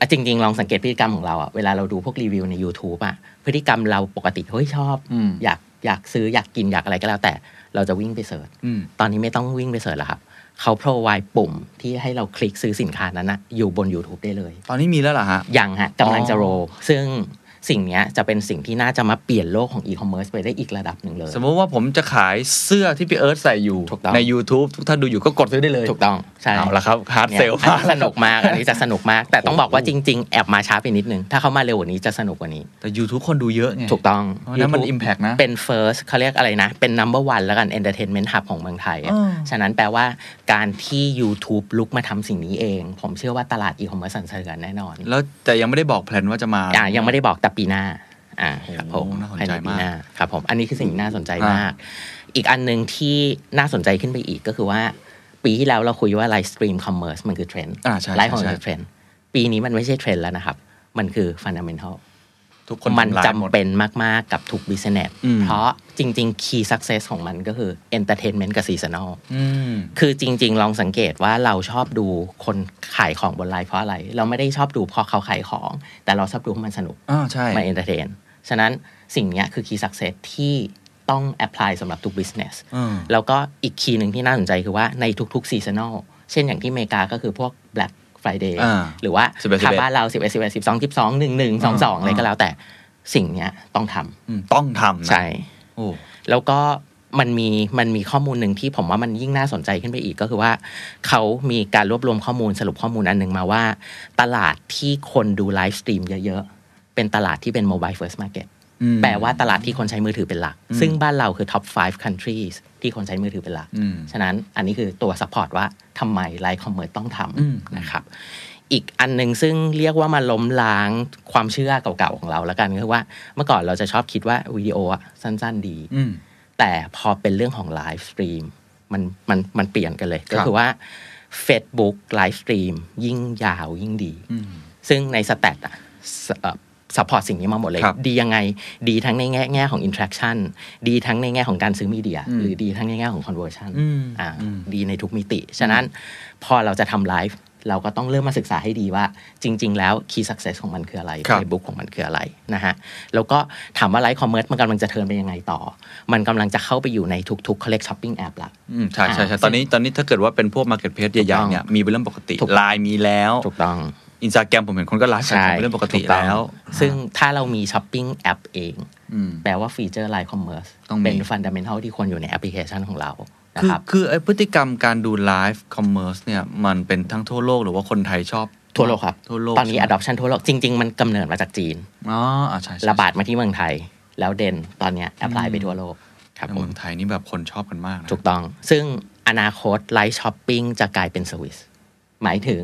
D: อ่ะจริง ๆ ลองสังเกตพฤติกรรมของเราอะเวลาเราดูพวกรีวิวใน YouTube อะพฤติกรรมเราปกติเฮ้ยชอบ
C: อืม
D: อยากอยากซื้ออยากกินอยากอะไรก็แล้วแต่เราจะวิ่งไปเสิร์ช
C: อืม
D: ตอนนี้ไม่ต้องวิ่งไปเสิร์ชแล้วครับ เขาโปรไวปุ่มที่ให้เราคลิกซื้อสินค้านั้นนะอยู่บน YouTube ได้เลย
C: ตอนนี้มีแล้วเหรอฮะ
D: ยังฮะกำลังจะ
C: อ๋อ
D: โรลซึ่งสิ่งเนี้ยจะเป็นสิ่งที่น่าจะมาเปลี่ยนโลกของอีคอมเมิร์ซไปได้อีกระดับหนึ่งเลย
C: สมมติว่าผมจะขายเสื้อที่พี่เอิร์ธใส่อยู่
D: ถูกต้อง
C: ใน YouTube ทุกท่านดูอยู่ก็กดซื้อได้เลย
D: ถูกต้องใช่
C: เอาละครับฮาร์ด
D: เนี่ย
C: เซล
D: อันนี้สนุกมาก อันนี้จะสนุกมาก แต่ต้องบอกว่าจริง ๆ แอบมาช้าไปนิดนึง ถ้าเขามาเร็วกว่านี้จะสนุกกว่านี้
C: แต่ YouTube คนดูเยอะไง
D: ถูกต้อง
C: เพราะฉะนั้นมัน
D: YouTube
C: impact นะ
D: เป็น first เขาเรียกอะไรนะ เป็น number one แล้วกัน entertainment hub ของเมืองไทยอะ
C: อ่า
D: ฉะนั้นแปลว่าการที่ YouTube ลุกมาทำสิ่งนี้เอง ผมเชื่อว่าตลาดอีคอมเมิร์ซสั่นสะเทือนแน่นอน
C: แล้วแต่ยังไม่ได้บอกแพลนว่าจะมา
D: อ่ะยังไม่ได้บอกแต่ปีหน้าอ่าครับผม
C: โอ้น่าสนใจมาก
D: ภายในปีหน้าครับผม อันนี้คือสิ่งที่น่าสนใจมาก อีกอันหนึ่งที่น่าสนใจขึ้นไปอีกก็คือว่า ปีที่แล้วเราคุยว่าไลฟ์สตรีมคอมเมอร์สมันคือเทรนด์
C: อ่าใช่
D: ไลฟ์ของ
C: ใช่
D: เราเทรนด์ปีนี้มันไม่ใช่เทรนด์แล้วนะครับ มันคือฟันดัมเ n นทัล
C: ทุกคน
D: มัน
C: ทำลาย
D: จำ
C: หด
D: เป็นมาก ๆ กับทุกบิสเนส
C: อืม
D: เพราะจริง ๆ คีย์สักเซสของมันก็คือเอนเตอร์เทนเมนต์กับซีซันอล
C: อืม
D: คือจริง ๆ ลองสังเกตว่าเราชอบดูคนขายของบนไลน์เพราะอะไร เราไม่ได้ชอบดูเพราะเขาขายของ แต่เราชอบดูเพราะมันสนุก
C: อ่าใช่
D: มาเอนเตอร์เทน ฉะนั้นสิ่งเนี้ยคือคีย์สักเซสที่ต้องแอพพลายสำหรับทุกบิสเนส
C: อืม
D: แล้วก็อีกคีย์หนึ่งที่น่าสนใจคือว่าในทุกๆซีซันอล เช่นอย่างที่อเมริกาก็คือพวก Black Friday
C: อ่า
D: หรือว่า
C: 11
D: ถ้าบ้านเรา 11 11 12 12 1 1 2 2 อะไร
C: อ่า
D: ก็แล้วแต่สิ่งเนี้ยต้องท
C: อืมต้องทำ
D: ำ
C: นะ
D: ใช่
C: โอ้
D: แล้วก็มันมีมันมีข้อมูลหนึ่งที่ผมว่ามันยิ่งน่าสนใจขึ้นไปอีกก็คือว่า เขามีการรวบรวมข้อมูลสรุปข้อมูลอันหนึ่งมาว่า ตลาดที่คนดูไลฟ์สตรีมเยอะๆ เป็นตลาดที่เป็นโมบายเฟิร์สมาร์เก็ต
C: อืม
D: แปลว่าตลาดที่คนใช้มือถือเป็นหลัก ซึ่งบ้านเราคือ top 5 countries ที่คนใช้มือถือเป็นหลัก
C: อืม
D: ฉะนั้นอันนี้คือตัว support ว่าทำไมไลฟ์คอมเมอร์ต้องท
C: อืม
D: ำนะครับ อีกอันหนึ่งซึ่งเรียกว่ามาล้มล้างความเชื่อเก่าๆของเราแล้วกันก็คือว่าเมื่อก่อนเราจะชอบคิดว่าวิดีโออะสั้นๆดี
C: อืม
D: แต่พอเป็นเรื่องของไลฟ์สตรีมมันมันมันเปลี่ยนกันเลย ก็
C: ครับ
D: คือว่า Facebook ไลฟ์สตรีมยิ่งยาวยิ่งดี
C: อืม
D: ซึ่งในสแตทอะสเอ่อสปอร์ตสิ่งนี้มาหมดเลย
C: ครับ
D: ดียังไงดีทั้งในแง่แง่ของ interaction ดีทั้งในแง่ของการซื้อมีเดีย
C: อืม
D: หรือดีทั้งในแง่ของ conversion
C: อืม
D: อ่า
C: อืม
D: ดีในทุกมิติ ฉะนั้นพอเราจะทำไลฟ์เราก็ต้องเริ่มมาศึกษาให้ดีว่าจริง ๆ แล้ว key success ของมันคืออะไร
C: ครับ
D: Facebook ของมันคืออะไรนะฮะแล้วก็ถามว่าไลฟ์คอมเมอร์สมันกำลังจะเทิร์นไปยังไงต่อ มันกำลังจะเข้าไปอยู่ในทุกๆ collect shopping app ละ
C: อืมใช่ใช่ใช่ตอนนี้ตอนนี้ถ้าเกิดว่าเป็นพวกมาร์เก็ตเพจให
D: ถูกต้
C: ญ่
D: อง
C: ๆเนี่ยมีเป็นเรื่องปกติ
D: ถูก
C: ไลน์มีแล้ว
D: ถูกต้อง
C: อินสตาแกรมผมเห็นคนก็ไลน์ขาย
D: ใช่
C: ของเป็นเรื่องปกติ
D: ถูอง
C: แล้ว
D: ซึ่งถ้าเรามีช้อปปิ้งแอปเอง
C: อืม
D: แปลว่าฟีเจอร์ไลน์คอมเมอร์ส
C: ต้องมี
D: เป็นฟันดัมเ n นทัลที่ควรอยู่ในแอปพลิเคชันของเรานะ
C: คือ
D: ครับ
C: คือไอพฤติกรรมการดูไลฟ์คอมเมอร์สเนี่ย มันเป็นทั้งทั่วโลกหรือว่าคนไทยชอบ
D: ทั่วโลกครับ
C: ทั่วโลก
D: ตอนนี้
C: ใช่ไหม
D: adoption ทั่วโลก จริง ๆ มันกำเนิดมาจากจีน
C: อ๋ออ่าใช่ใช่
D: ระบาดมาที่เมืองไทย แล้วเด่นตอนเนี้ยแอพพลายไปทั่วโลกครับ
C: ใน
D: ผ
C: เมื
D: ม
C: องไทยนี่แบบคนชอบกันมากนะ
D: ถูกต้อง ซึ่งอนาคตไลฟ์ช้อปปิ้งจะกลายเป็นเซอร์วิสหมายถึง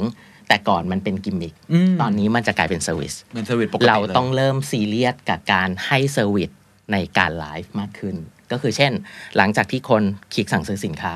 D: แต่ก่อนมันเป็นกิมมิค
C: อืม
D: ตอนนี้มันจะกลายเป็นเซอร์วิส
C: เป็นสวิตปกติ
D: เราต้อง
C: ลย
D: เริ่มซีเรียสกับการให้เซอร์วิสในการไลฟ์มากขึ้น ก็คือเช่น หลังจากที่คนคลิกสั่งซื้อสินค้า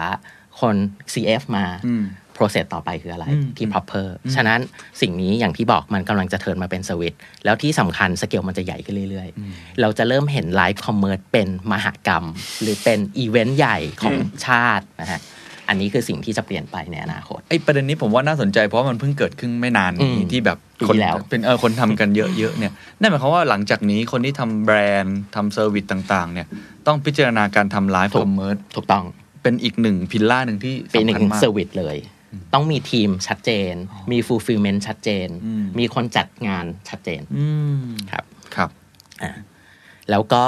D: คน CF มา
C: อืม
D: process ต่อไปคืออะไร
C: อืม
D: ที่ proper ฉะนั้นสิ่งนี้อย่างที่บอกมันกำลังจะเทิร์นมาเป็นเซอร์วิสแล้วที่สำคัญสเกลมันจะใหญ่ขึ้นเรื่อย ๆ เราจะเริ่มเห็นไลฟ์คอมเมอร์สเป็นมหกรรม หรือเป็นอีเวนต์ใหญ่ของชาตินะฮะ อันนี้คือสิ่งที่จะเปลี่ยนไปในอนาคต
C: ไอ้ประเด็นนี้ผมว่าน่าสนใจเพราะว่ามันเพิ่งเกิดขึ้นไม่นาน
D: อื
C: นี้
D: ม
C: ที่แบบ
D: ปี
C: คน
D: แล้ว
C: เป็นเออคนทำกันเยอะๆเนี่ยนั่นหมายความว่าหลังจากนี้คนที่ทำแบรนด์ทำเซอร์วิสต่างๆ เนี่ยต้องพิจารณาการทำไลฟ์คอมเมอร์
D: ถูกต้อง
C: เป็นอีกหนึ่งพิลล่าหนึ่งที่
D: เป็นห
C: สำ
D: นึ่
C: คัญ
D: ง
C: มาก
D: เซอร์วิสเลย ต้องมีทีมชัดเจน มี fulfillment ชัดเจน
C: อืม
D: มีคนจัดงานชัดเจน
C: อืม
D: ครับ
C: ครับ
D: แล้วก็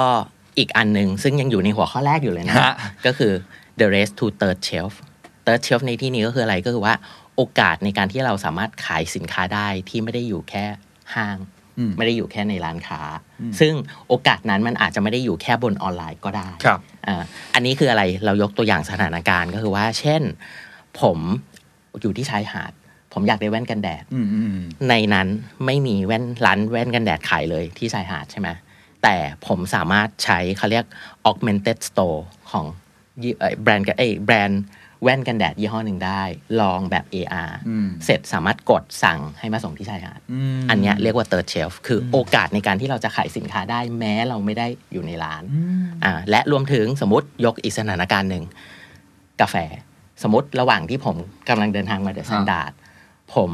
D: อีกอันหนึ่งซึ่งยังอยู่ในหัวข้อแรกอยู่เลยนะ
C: ฮะ
D: ก็คือ the race to third shelf third shelf ในที่นี้ก็คืออะไรก็คือว่าโอกาสในการที่เราสามารถขายสินค้าได้ที่ไม่ได้อยู่แค่ห้าง
C: อืม
D: ไม่ได้อยู่แค่ในร้านค้า
C: อืม
D: ซึ่งโอกาสนั้นมันอาจจะไม่ได้อยู่แค่บนออนไลน์ก็ได้
C: ครับ
D: อ่าอันนี้คืออะไร เรายกตัวอย่างสถานการณ์ก็คือว่า เช่น ผมอยู่ที่ชายหาด ผมอยากได้แว่นกันแดด
C: อืมอืมอืม
D: ในนั้นไม่มีแว่นร้านแว่นกันแดดขายเลยที่ชายหาดใช่ไหม แต่ผมสามารถใช้เขาเรียก augmented store ของยี่เอ่อแบรนด์เอ้ยแบรนด์แว่นกันแดดยี่ห้อหนึ่งได้ ลองแบบ AR
C: อืม
D: เสร็จสามารถกดสั่งให้มาส่งที่ชายหาด
C: ม
D: อันเนี้ยเรียกว่า third shelf คืออโอกาสในการที่เราจะขายสินค้าได้แม้เราไม่ได้อยู่ในร้าน
C: อืม
D: อ่าและรวมถึงสมมติยกอีกสถานการณ์หนึ่ง กาแฟ สมมติระหว่างที่ผมกำลังเดินทางมาเดอะซันดาดผม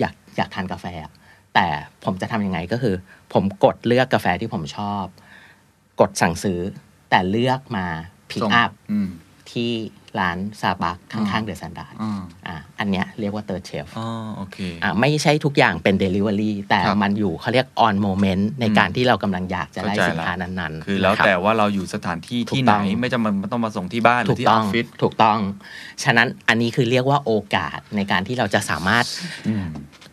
D: อยากอยากทานกาแฟอะแต่ผมจะทำยังไงก็คือ ผมกดเลือกกาแฟที่ผมชอบ กดสั่งซื้อ แต่เลือกมาพิก
C: ส่ง
D: อัพ
C: อืม
D: ที่ร้านซาบักข้างๆเดอะซันดาด
C: อ่า
D: อ่าอันเนี้ยเรียกว่าเตอร์เชฟ
C: อ๋อโอเค
D: อ่ะไม่ใช่ทุกอย่างเป็น Delivery แต่
C: ครับ
D: มันอยู่เขาเรียก on moment ในการที่เรากำลังอยากจะได้
C: เข้าใจ
D: สินค้า
C: ละ
D: นั้นๆ
C: คือแล้ว
D: นะครับ
C: แต่ว่าเราอยู่สถานที่
D: ถูก
C: ที่ไหน
D: ต้อง
C: ไม่จำเป็นต้องมาส่งที่บ้านหรื
D: ถู
C: อก ที่อ
D: ต้อ
C: อง ฟฟิศ
D: ถูกต้อง ฉะนั้นอันนี้คือเรียกว่าโอกาสในการที่เราจะสามารถ
C: อืม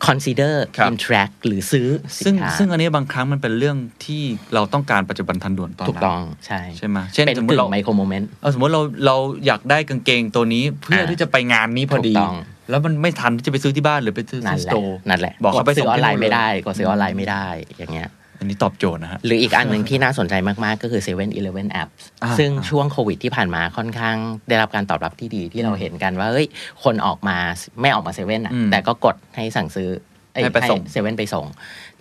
D: consider
C: ครับ
D: interact หรือซื้อสิ
C: ซึ่ง
D: นค้า
C: ซึ่งอันนี้บางครั้งมันเป็นเรื่องที่เราต้องการปัจจุบันทันด่วนตอน
D: ถูก
C: นั้
D: ต้อน งใช่
C: ใช่ไหมเช่น
D: เป็น
C: สมม
D: กึ่
C: ติเรา
D: งไมโครโมเมนต์
C: เออสมมติเราเราอยากได้กางเกงตัวนี้เพื่ออา ที่จะไปงานนี้พอดี
D: ถูกต้อง
C: แล้วมันไม่ทันที่จะไปซื้อที่บ้านหรือไปซื้อ
D: นั่
C: ที่
D: น
C: ส
D: แหละ
C: โตร์
D: นั่นแหละ
C: บอก
D: ก
C: เขา
D: ด
C: ไป
D: ซื้อออนไลน์ไม่ได้
C: ส่งที่
D: กดซื้อออนไลน์ไม่ได้อย่างเงี้ย
C: อันนี้ตอบโจทย์นะฮะ
D: หรืออีกอันหนึ่งที่น่าสนใจมาก ๆ ก็คือ7 e เ e ่ e อ e เล p
C: อ่า
D: ซึ่งช่วงโควิดที่ผ่านมาค่อนข้างได้รับการตอบรับที่ดีที่เราเห็นกันว่าเฮ้ยคนออกมาไม่ออกมาเซเว่นอ่ะ
C: อืม
D: แต่ก็กดให้สั่งซื้อเอ้ย
C: ให้ไปส่ง
D: เซเว่นไปส่ง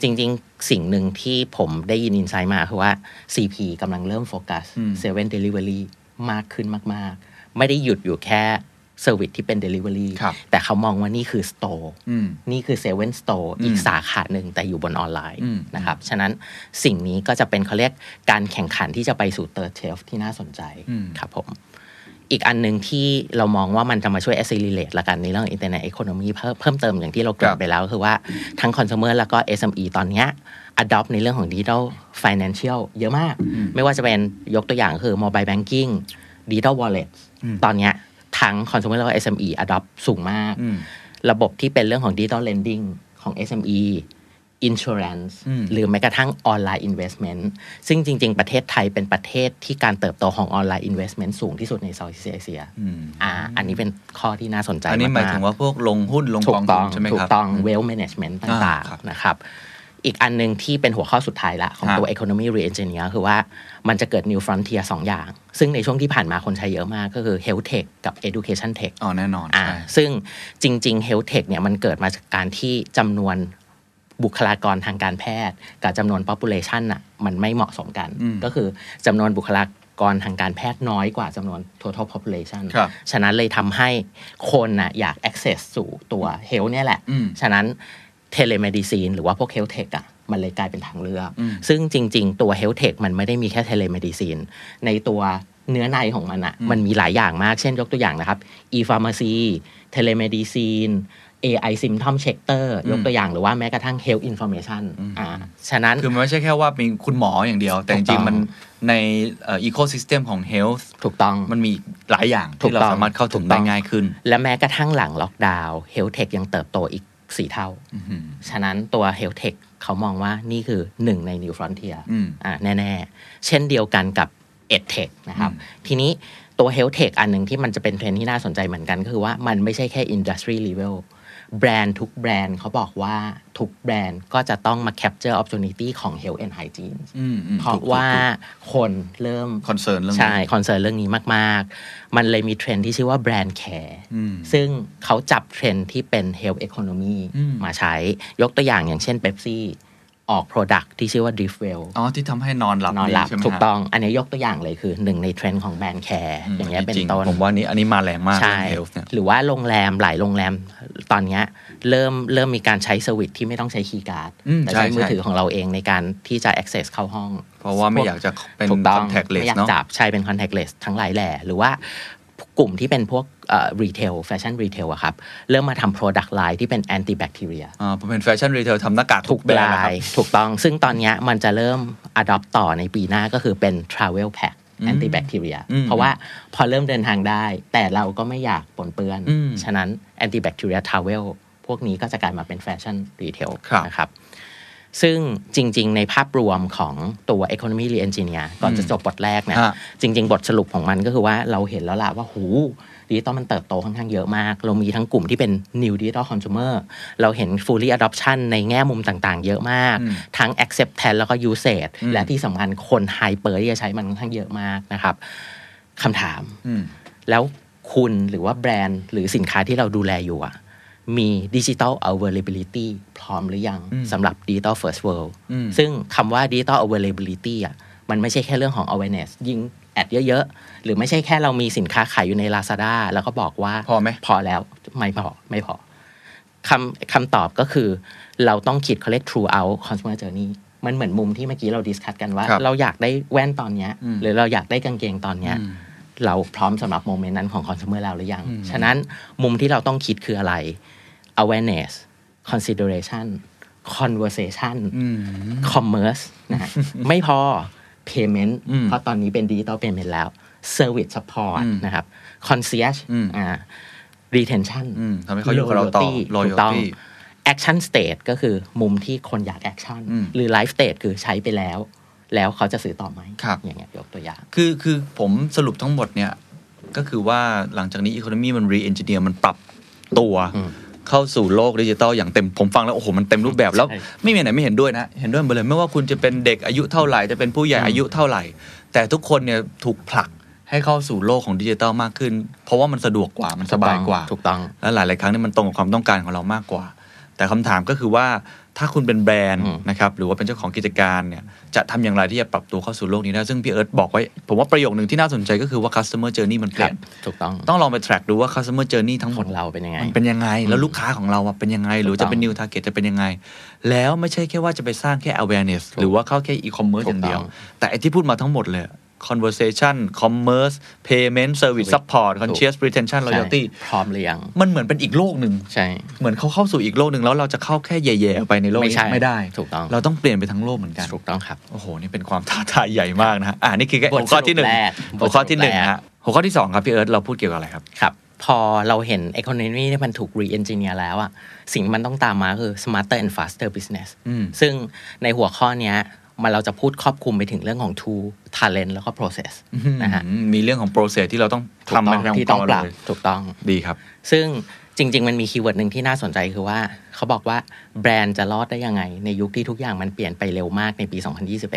D: จริง ๆ สิ่งหนึ่งที่ผมได้ยินอินไซด์มาคือว่า CP กำลังเริ่มโฟกัสเซเว่นเดลิเวอรี่มากขึ้นมาก ๆ ไม่ได้หยุดอยู่แค่เซอร์วิสที่เป็น Delivery
C: ครับ
D: แต่เขามองว่านี่คือ Store
C: อืม
D: นี่คือเซเว่นสโตร์
C: อืม
D: อีกสาขาหนึ่งแต่อยู่บนออนไลน์
C: อืม
D: นะครับ ฉะนั้นสิ่งนี้ก็จะเป็นเขาเรียกการแข่งขันที่จะไปสู่เตอร์เชฟที่น่าสนใจครับผม อีกอันหนึ่งที่เรามองว่ามันจะมาช่วย accelerate ละกันในเรื่อง internet economy เพิ่มเพิ่มเติมอย่างที่เราเกริดไปแล้วก็คือว่าทั้ง consumer แล้วก็ SME ตอนเนี้ย adopt ในเรื่องของ digital financial เยอะมาก ไม่ว่าจะเป็นยกตัวอย่างคือ mobile banking digital wallet ตอนเนี้ยทั้ง consumer แล้วก็ SME adopt สูงมาก
C: อืม
D: ระบบที่เป็นเรื่องของ Digital Lending ของ SME Insurance
C: อืม
D: หรือแม้กระทั่งออนไลน์ Investment ซึ่งจริง ๆ ประเทศไทยเป็นประเทศที่การเติบโตของออนไลน์ Investment สูงที่สุดในเซาท์อีสเอเชีย
C: อืม
D: อ่าอันนี้เป็นข้อที่น่าสนใจ
C: อันนี้หมายถึงว่าพวกลงหุ้นลง
D: ถู
C: ก
D: ก
C: อง
D: ต้
C: ทุ
D: อง
C: นใช่ไหม
D: ถู
C: ครั
D: ก
C: บ
D: ต้อง Wealth Management ต่าง
C: อ่าครับ
D: ๆนะครับ อีกอันหนึ่งที่เป็นหัวข้อสุดท้ายละของตัว
C: ฮะ
D: Economy Reengineer คือว่ามันจะเกิด New Frontier สองอย่าง ซึ่งในช่วงที่ผ่านมาคนใช้เยอะมากก็คือ Health Tech กับ Education Tech
C: อ๋อแน่นอน
D: อ่า
C: ใช่
D: ซึ่งจริง ๆ Health Tech เนี่ยมันเกิดมาจากการที่จำนวนบุคลากรทางการแพทย์ กับจำนวน population น่ะมันไม่เหมาะสมกัน
C: อืม
D: ก็คือจำนวนบุคลากรทางการแพทย์น้อยกว่าจำนวน total population
C: ครับ
D: ฉะนั้นเลยทำให้คนน่ะอยาก access สู่ตัว health เนี่ยแหละ
C: อืม
D: ฉะนั้นเทเลเมดิซีนหรือว่าพวกเฮลเทคอ่ะมันเลยกลายเป็นทางเลือก
C: อืม
D: ซึ่งจริง ๆ ตัวเฮลเทคมันไม่ได้มีแค่เทเลเมดิซีนในตัวเนื้อในของมันอ่ะ มันมีหลายอย่างมาก เช่นยกตัวอย่างนะครับ e-pharmacy เทเลเมดิซีน AI symptom checker ยกตัวอย่างหรือว่าแม้กระทั่ง health information อ่าฉะนั้น
C: คือมันไม่ใช่แค่ว่าเป็นคุณหมออย่างเดียว แต่จ
D: ถูกต้
C: ริ
D: องง
C: ๆมันในเอีโคซิสเต็มของเฮลท์
D: ถูกต้อง
C: มันมีหลายอย่าง
D: ถู
C: ที่
D: ก
C: เรา
D: ต้อง
C: สามารถเข้าถึง
D: ถูกต้
C: ได้
D: อง
C: ง่ายขึ้น
D: และแม้กระทั่งหลังล็อกดาวน์เฮลเทคยังเติบโตอีก 4 เท่า
C: อื้อหือ
D: ฉะนั้นตัว Health Tech เขามองว่านี่คือหนึ่งใน New Frontier
C: อืม
D: อ่าแน่ ๆ เช่นเดียวกันกับ EdTech นะครับ ทีนี้ตัว Health Tech อันหนึ่งที่มันจะเป็นเทรนด์ที่น่าสนใจเหมือนกัน ก็คือว่ามันไม่ใช่แค่ Industry Level แบรนด์ทุกแบรนด์เขาบอกว่าทุกแบรนด์ก็จะต้องมา capture opportunity ของ health and hygiene
C: อืมอืม
D: เพราะ
C: ถูกๆ
D: ว่า
C: ถู
D: คนเริ่ม
C: คอนเซิร์นเรื่องนี้
D: ใช่ คอนเซิร์นเรื่องนี้มาก ๆ มันเลยมีเทรนด์ที่ชื่อว่าแบรนด์แคร์
C: อืม
D: ซึ่งเขาจับเทรนด์ที่เป็น health economy
C: อืม
D: มาใช้ยกตัวอย่างอย่างเช่นเบปซี่ ออก Product ที่ชื่อว่า Driftwell
C: อ๋อที่ทำให้นอนหลับ
D: นอนหลับ
C: ดีใช่ไม
D: ถูก
C: ฮะ
D: ต้อง อันนี้ยกตัวอย่างเลยคือหนึ่งในเทรนด์ของแบรนด์แคร์
C: ม
D: อย่างเงี้ยเป็น
C: จริ
D: ต้น
C: ผมว่านี้อันนี้มาแรงมาก
D: ใช่
C: เรื่อง health เนี่ย
D: หรือว่าโรงแรมหลายโรงแรมตอนเนี้ยเริ่มเริ่มมีการใช้สวิตช์ที่ไม่ต้องใช้คีย์การ์ด
C: อืม
D: แต่ใช้
C: ใช่
D: มือ
C: ใช่
D: ถือของเราเองในการที่จะ access เข้าห้อง
C: เพราะว่าไม่อยากจะเป็น
D: ถูกต้อง
C: contactless
D: ไม่อยาก
C: เนาะ
D: จับใช่เป็น contactless ทั้งหลายแหล่หรือว่ากลุ่มที่เป็นพวกรีเทลแฟชั่นรีเทลอะครับ เริ่มมาทำ product line ที่เป็น anti bacteria
C: อ่าผมเป็นแฟชั่นรีเทลทำหน้ากาก
D: ถูก
C: แบรนด์
D: ลา
C: นะครั
D: ย
C: บ
D: ถูกต้องซึ่งตอนเนี้ยมันจะเริ่ม adopt ต่อในปีหน้าก็คือเป็น travel pack anti bacteria
C: อืม
D: เพราะว่าพอเริ่มเดินทางได้ แต่เราก็ไม่อยากปนเปื้อน
C: อืม
D: ฉะนั้น anti bacteria travel พวกนี้ก็จะกลายมาเป็นแฟชั่นรีเทล
C: ครับ
D: นะครับ ซึ่งจริง ๆ ในภาพรวมของตัว economy re engineer ก่อนจะจบบทแรกเนี่ย
C: ฮะ
D: จริง ๆ บทสรุปของมันก็คือว่าเราเห็นแล้วล่ะว่าหูดิจิตอลมันเติบโตค่อนข้างเยอะมาก เรามีทั้งกลุ่มที่เป็น new digital consumer เราเห็น fully adoption ในแง่มุมต่างๆ เยอะมาก
C: อืม
D: ทั้ง acceptance แล้วก็ usage
C: อืม
D: และที่สำคัญคน hyper ที่จะใช้มันค่อนข้างเยอะมากนะครับคำถาม
C: อืม
D: แล้วคุณหรือว่าแบรนด์หรือสินค้าที่เราดูแลอยู่อะมี Digital Availability พร้อมหรือยัง
C: อืม
D: สำหรับ Digital First World
C: อืม
D: ซึ่งคำว่า Digital Availability อะมันไม่ใช่แค่เรื่องของ awareness ยิงแอดเยอะๆ หรือไม่ใช่แค่เรามีสินค้าขายอยู่ใน Lazada แล้วก็บอกว่า
C: พอไหม
D: พอแล้วไม่พอไม่พอคำคำตอบก็คือเราต้องคิด collect throughout consumer journey มันเหมือนมุมที่เมื่อกี้เราดิสคัตกันว่า
C: ครับ
D: เราอยากได้แว่นตอนเนี้ย
C: อืม
D: หรือเราอยากได้กางเกงตอนเนี้ย
C: อืม
D: เราพร้อมสำหรับโมเมนต์นั้นของคอน sumer เราหรือยัง
C: อืม
D: ฉะนั้นมุมที่เราต้องคิดคืออะไร awareness consideration conversation
C: อืม
D: commerce นะ
C: *laughs*
D: ฮะ ไม่พอ payment
C: อืม
D: เพราะตอนนี้เป็น digital payment แล้ว service support
C: อืม
D: นะครับ concierge
C: อืม
D: อ่า retention
C: อืมทำให้เขาอยู่กับเราต่อ
D: ถูกต้อง
C: loyalty
D: action state ก็คือมุมที่คนอยาก action
C: อืม
D: หรือ life state คือใช้ไปแล้ว แล้วเขาจะซื้อต่อไหม
C: ครับ
D: อย่างเงี้ยยกตัวอย่าง
C: คือคือผมสรุปทั้งหมดเนี่ย ก็คือว่าหลังจากนี้อีโคโนมีมันรีเอนจิเนียร์มันปรับตัว
D: อืม
C: เข้าสู่โลกดิจิตอลอย่างเต็มผมฟังแล้ว โอ้โห มันเต็มรูปแบบแล้ว
D: ใช่
C: ไม่มีอันไหนไม่เห็นด้วยนะ เห็นด้วยหมดเลย ไม่ว่าคุณจะเป็นเด็กอายุเท่าไหร่ จะเป็นผู้ใหญ่
D: อืม
C: อายุเท่าไหร่ แต่ทุกคนเนี่ยถูกผลักให้เข้าสู่โลกของดิจิตอลมากขึ้น เพราะว่ามันสะดวกกว่ามันสบายกว่า
D: ถูกต้อง
C: และหลาย ๆ ครั้งเนี่ยมันตรงกับความต้องการของเรามากกว่า แต่คำถามก็คือว่าถ้าคุณเป็นแบรนด์
D: อืม
C: นะครับหรือว่าเป็นเจ้าของกิจการเนี่ยจะทำอย่างไรที่จะปรับตัวเข้าสู่โลกนี้ได้ ซึ่งพี่เอิร์ธบอกไว้ ผมว่าประโยคหนึ่งที่น่าสนใจก็คือว่า customer journey มันเป
D: ครั
C: ลี่ย
D: บ
C: น
D: ถูกต้อง
C: ต้องลองไป track ดูว่า customer journey ทั้งหม
D: ข
C: ด
D: องเราเป็นยังไง
C: มันเป็นยังไง แล้วลูกค้าของเราอะเป็นยังไง หรือจะเป็น new target จะเป็นยังไง แล้วไม่ใช่แค่ว่าจะไปสร้างแค่ awareness หรือว่าเข้าแค่ e-commerce อย่างเดียว
D: ถูกต้
C: แต่ไอที่พูดมาทั้งหมดเลย conversation commerce payment service support conscious retention
D: ใช่
C: loyalty
D: พร้อมหรือยัง
C: มันเหมือนเป็นอีกโลกหนึ่ง
D: ใช่
C: เหมือนเขาเข้าสู่อีกโลกหนึ่งแล้วเราจะเข้าแค่แย่ๆไปในโลก
D: ไม่
C: นี้
D: ใช่
C: ไม่ได้
D: ถูกต้อง
C: เราต้องเปลี่ยนไปทั้งโลกเหมือนกัน
D: ถูกต้องครับ
C: โอ้โห นี่เป็นความท้าทายใหญ่มากนะฮะอ่านี่คือแค่
D: บท
C: หัวข้อที่หนึ่ง
D: สรุปแรก
C: หัวข้อที่หนึ่ง
D: บทสรุปแรก
C: ฮะหัวข้อที่สองครับพี่เอิร์ธเราพูดเกี่ยวกับอะไรครับ
D: ครับ พอเราเห็น Economy ที่มันถูก re-engineer แล้วอะสิ่งที่มันต้องตามมาคือ smarter and faster business
C: อืม
D: ซึ่งในหัวข้อเนี้ยมันเราจะพูดครอบคลุมไปถึงเรื่องของ tool talent แล้วก็ process นะฮะ
C: มีเรื่องของ process ที่เราต้อง
D: ถูก
C: ทำใน
D: ต้อง
C: ทาง
D: ที่ต้องปรับ
C: เลย
D: ถูกต้อง
C: ดีครับ
D: ซึ่งจริง ๆ มันมีคีย์เวิร์ดหนึ่งที่น่าสนใจคือว่า เขาบอกว่าแบรนด์จะรอดได้ยังไง ในยุคที่ทุกอย่างมันเปลี่ยนไปเร็วมากในปี
C: *laughs*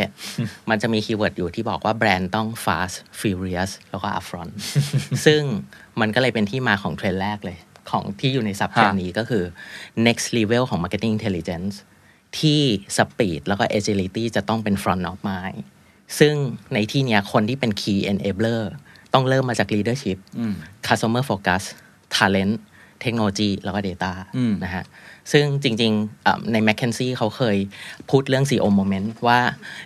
D: 2021 มันจะมีคีย์เวิร์ดอยู่ที่บอกว่าแบรนด์ต้อง fast furious แล้วก็
C: *laughs*
D: upfront ซึ่งมันก็เลยเป็นที่มาของเทรนด์แรกเลย ของที่อยู่ในสับเทรน
C: ฮะ *laughs*
D: นี้ก็คือ next level ของ marketing intelligence ที่ speed แล้วก็ agility จะต้องเป็น front of mind ซึ่งในที่เนี้ยคนที่เป็น key enabler ต้องเริ่มมาจาก leadership
C: อืม
D: customer focus talent เทคโนโลยีแล้วก็ Data
C: อืม
D: นะฮะ ซึ่งจริงๆเอ่อใน McKinsey เขาเคยพูดเรื่อง CEO moment ว่า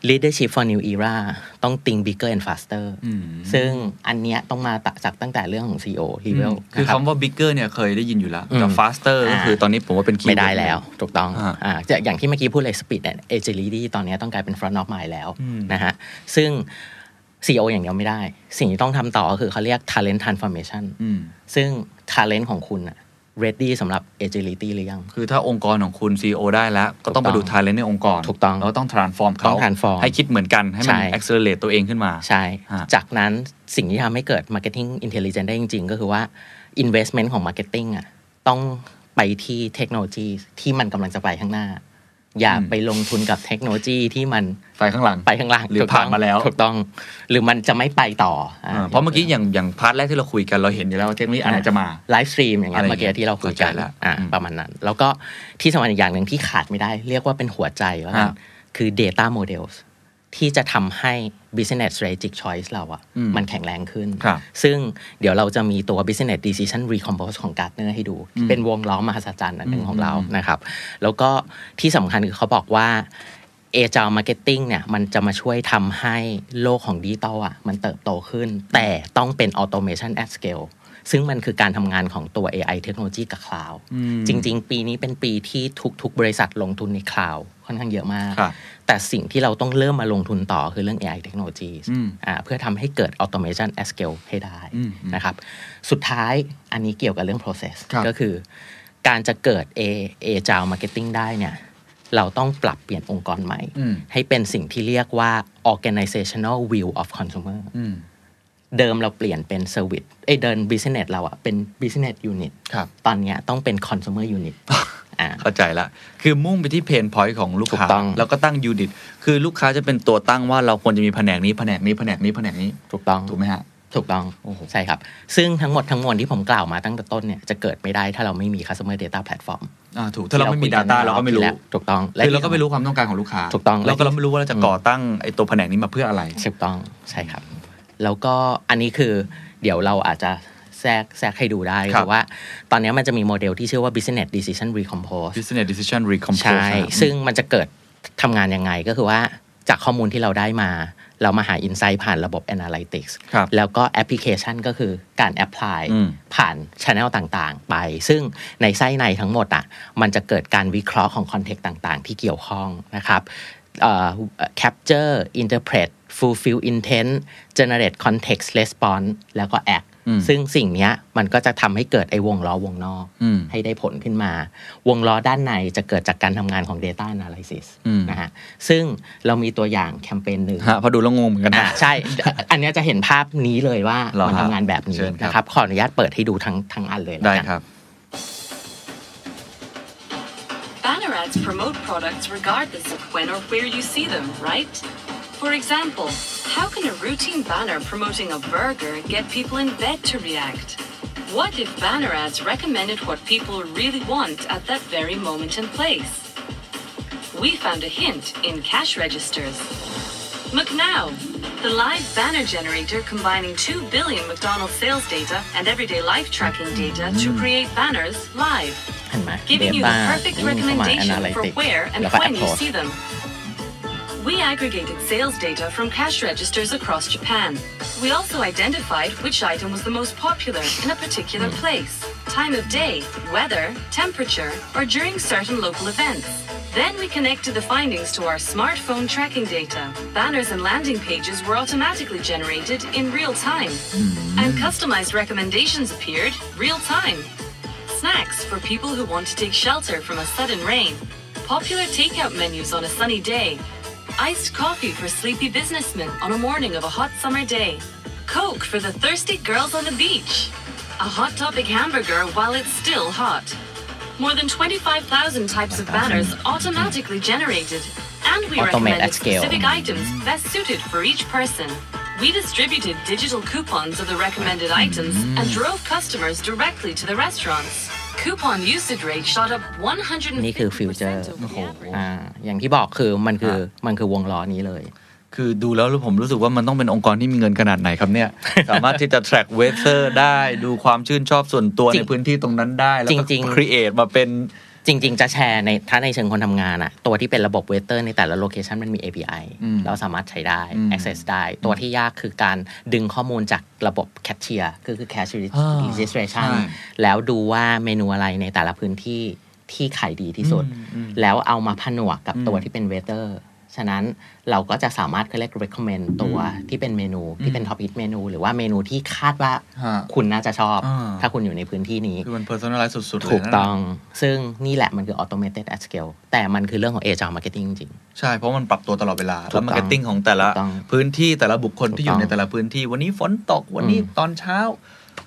D: leadership for new era ต้อง think bigger and faster
C: อืม
D: ซึ่งอันเนี้ยต้องมาจากตั้งแต่เรื่องของ CEO level
C: คือ
D: นะรับ
C: คำว่า bigger เนี่ยเคยได้ยินอยู่แล้ว แต่
D: อืม
C: faster ก็คือตอนนี้ผมว่าเป็น keyword
D: ไม่ได้แล้ว ถูกต้อง
C: อ่า
D: อ่าจะอย่างที่เมื่อกี้พูดเลย speed and agility ตอนนี้ต้องกลายเป็น front of mind แล้ว
C: อืม
D: นะฮะ ซึ่ง CEO อย่างเดียวไม่ได้ สิ่งที่ต้องทำต่อก็คือเขาเรียก talent transformation
C: อืม
D: ซึ่ง talent ของคุณอะ ready สำหรับ agility หรือยัง
C: คือถ้าองค์กรของคุณ CEO ได้แล้ว ก็ต้องไป
D: ถูกต้
C: ดู
D: อง
C: talent ในองค์กร
D: ถูกต้อง
C: แล้วต้อง transform เขา
D: ต้อง transform
C: ให้คิดเหมือนกันให้มัน
D: ใช่
C: accelerate ตัวเองขึ้นมา
D: ใช่
C: ฮะ
D: จากนั้นสิ่งที่ทำให้เกิด marketing intelligence ได้จริง ๆ ก็คือว่า investment ของ marketing อ่ะต้องไปที่เทคโนโลยีที่มันกำลังจะไปข้างหน้า อย่าไปลงทุนกับเทคโนโลยีที่มัน
C: ไปข้างหลัง
D: ไปข้างล่าง
C: หรือ
D: ถูกต้ง
C: ผ่านมาแล้ว
D: ถูกต้อง หรือมันจะไม่ไปต่ออ่
C: อ่าเพราะเมื่อกี้อย่างอย่างพาร์ทแรกที่เราคุยกันเราเห็นอยู่แล้วว่าเทคโนโลยีอะไรจะมา
D: ไลฟ์สตรีมอย่างเงี้ย
C: อะไร
D: เมื่อกี้ที่เราคุยกัน
C: เข้าใจแล้ว
D: อ่า
C: อืม
D: ประมาณนั้น แล้วก็ที่สำคัญอีกอย่างหนึ่งที่ขาดไม่ได้ เรียกว่าเป็นหัวใจแล้วกัน
C: ฮะ
D: คือ Data Models ที่จะทำให้ Business Strategic Choice เราอะ
C: อืม
D: มันแข็งแรงขึ้น
C: ครับ
D: ซึ่งเดี๋ยวเราจะมีตัว Business Decision Recompose ของ Gartner ให้ดู เป็นวงล้อมมหัศจรรย์อันหนึ่งของเรานะครับ แล้วก็ที่สำคัญคือเขาบอกว่า a g i l e Marketing เนี่ยมันจะมาช่วยทำให้โลกของดิจิตอลอ่ะมันเติบโตขึ้น แต่ต้องเป็น Automation at Scale ซึ่งมันคือการทำงานของตัว AI เทคโนโลยีกับ Cloud จริง ๆ ปีนี้เป็นปีที่ทุก ๆ บริษัทลงทุนใน Cloud ค่อนข้างเยอะมาก
C: ครับ
D: แต่สิ่งที่เราต้องเริ่มมาลงทุนต่อคือเรื่อง AI เทคโนโลยี
C: อืม
D: อ่าเพื่อทำให้เกิด Automation at Scale ให้ได้นะครับ สุดท้ายอันนี้เกี่ยวกับเรื่อง process
C: ครับ
D: ก็คือ การจะเกิด A A จาวมาร์เก็ตติ้งได้เนี่ย เราต้องปรับเปลี่ยนองค์กรใหม่
C: อืม
D: ให้เป็นสิ่งที่เรียกว่า organizational view of consumer
C: อืม
D: เดิมเราเปลี่ยนเป็น service เอ้ยเดิน business เราอะเป็น business unit
C: ครับ
D: ตอนเนี้ยต้องเป็น consumer unit อ่า
C: เข้าใจละ คือมุ่งไปที่เพนพอยต์ของลูกค้า
D: ถูกต้อง
C: แล้วก็ตั้งยูนิต คือลูกค้าจะเป็นตัวตั้งว่าเราควรจะมีแผนกนี้ แผนกนี้ แผนกนี้ แผนกนี้
D: ถูกต้อง
C: ถูกไหมฮะ
D: ถูกต้อง
C: โอ้โห
D: ใช่ครับ ซึ่งทั้งหมดทั้งมวลที่ผมกล่าวมาตั้งแต่ต้นเนี่ยจะเกิดไม่ได้ถ้าเราไม่มี customer data platform
C: อ่า ถูก ถ้าเราไม่มี Data เราก็ไม่รู้
D: ที่ถูกต้องและ
C: คือเราก็ไม่รู้ความต้องการของลูกค้า
D: ถูกต้อง
C: แล้วก็เราไม่รู้ว่าเราจะก่อตั้งไอ้ตัวแผนกนี้มาเพื่ออะไร
D: ถูกต้องใช่ครับ แล้วก็อันนี้คือเดี๋ยวเราอาจจะแทรกแทรกให้ดูได้
C: ครับ
D: เพราะว่า ตอนนี้มันจะมีโมเดลที่ชื่อว่า business decision recompose
C: business decision recompose
D: ใช่
C: นะครับ
D: ซึ่งมันจะเกิดทำงานยังไงก็คือว่าจากข้อมูลที่เราได้มา เรามาหา insight ผ่านระบบ analytics
C: ครับ
D: แล้วก็แอปพลิเคชันก็คือการแอ p พลาย
C: อืม
D: ผ่านช ANNEL ต่างๆ ไป ซึ่งในไส้ในทั้งหมดอ่ะมันจะเกิดการวิเคราะห์ของคอนเทกต์ต่างๆ ที่เกี่ยวข้องนะครับเอ่อ capture interpret fulfill intent generate context response แล้วก็ act
C: อืม
D: ซึ่งสิ่งเนี้ยมันก็จะทำให้เกิดไอ้วงล้อวงนอก
C: อืม
D: ให้ได้ผลขึ้นมา วงล้อด้านในจะเกิดจากการทำงานของ data analysis
C: อืม
D: นะฮะซึ่งเรามีตัวอย่างแคมเปญหนึ่ง
C: ฮะพอดูแล้วงงเหมือนกัน
D: อ่า
C: นะ
D: ใช่ อันเนี้ยจะเห็นภาพนี้เลยว่า
C: เหรอ
D: มัน
C: ฮะ
D: ทำงานแบบนี้
C: เชิญครับ
D: นะครับ ขออนุญาตเปิดให้ดูทั้งทั้งอันเลยแล้ว
C: ได้
D: กัน
C: ครับ
E: Banner ads promote products regardless of when or where you see them, right? For example, how can a routine banner promoting a burger get people in bed to react? What if banner ads recommended what people really want at that very moment and place? We found a hint in cash registers. McNow, the live banner generator combining 2 billion McDonald's sales data and everyday life tracking data to create banners live.
D: เห็นไหม
E: giving you the
D: บ้า
E: perfect
D: วิ่งเข้ามา
E: recommendation for
D: analytics
E: where and
D: แล้วก็
E: when you
D: approach
E: see them. We aggregated sales data from cash registers across Japan. We also identified which item was the most popular in a particular place, time of day, weather, temperature, or during certain local events. Then we connected the findings to our smartphone tracking data. Banners and landing pages were automatically generated in real time. And customized recommendations appeared real time snacks for people who want to take shelter from a sudden rain, popular takeout menus on a sunny day, iced coffee for sleepy businessmen on a morning of a hot summer day, Coke for the thirsty girls on the beach, a Hot Topic hamburger while it's still hot. More than 25,000 types of banners automatically generated, and we
D: Automate
E: recommended
D: at scale.
E: specific items best suited for each person. We distributed digital coupons of the recommended
D: Hmm.
E: items and drove customers directly to the restaurants. Coupon usage rate shot up 150%.
D: นี่คือ future
E: over the average.
D: อ่าอย่างที่บอกคือมันคือมันคือวงล้อนี้เลย
C: คือดูแล้วผมรู้สึกว่ามันต้องเป็นองค์กรที่มีเงินขนาดไหนครับ
D: *laughs*
C: เนี่ย สามารถที่จะ track w e a t h e r ได้ดูความชื่นชอบส่วนตัว
D: จริ
C: ใน
D: ง
C: พื้นที่ตรงนั้นได้ แล้วก็
D: จริงๆ
C: create มาเป็น
D: จริง ๆ จะแชร์ในถ้าในเชิงคนทำงานอะตัวที่เป็นระบบเวเตอร์ในแต่ละโลเคชันมันมี API เราสามารถใช้ได้ access ได้ ตัวที่ยากคือการดึงข้อมูลจากระบบแคชเชียร์คือคือ cash
C: อ่า
D: registration
C: ใช่
D: แล้วดูว่าเมนูอะไรในแต่ละพื้นที่ที่ขายดีที่สุด แล้วเอามาผนวกกับตัวที่เป็นเวเตอร์ฉะนั้นเราก็จะสามารถเขาเรียก recommend ตัวที่เป็นเมนูที่เป็น top hit เมนู หรือว่าเมนูที่คาดว่า
C: ฮะ
D: คุณน่าจะชอบ
C: อ่า
D: ถ้าคุณอยู่ในพื้นที่นี้
C: คือมัน personalize สุดๆเลยนะ
D: ถูกต้อง ซึ่งนี่แหละมันคือ automated at scale แต่มันคือเรื่องของ agile marketing จริง
C: ใช่เพราะมันปรับตัวตลอดเวลา
D: ถูกต้
C: แล้
D: อง
C: ว marketing ของแต่ละ
D: ถูกต้อง
C: พื้นที่แต่ละบุคคลที่อยู่
D: ถูกต้
C: ใน
D: อง
C: แต่ละพื้นที่ วันนี้ฝนตกวันนี้
D: อืม
C: ตอนเช้า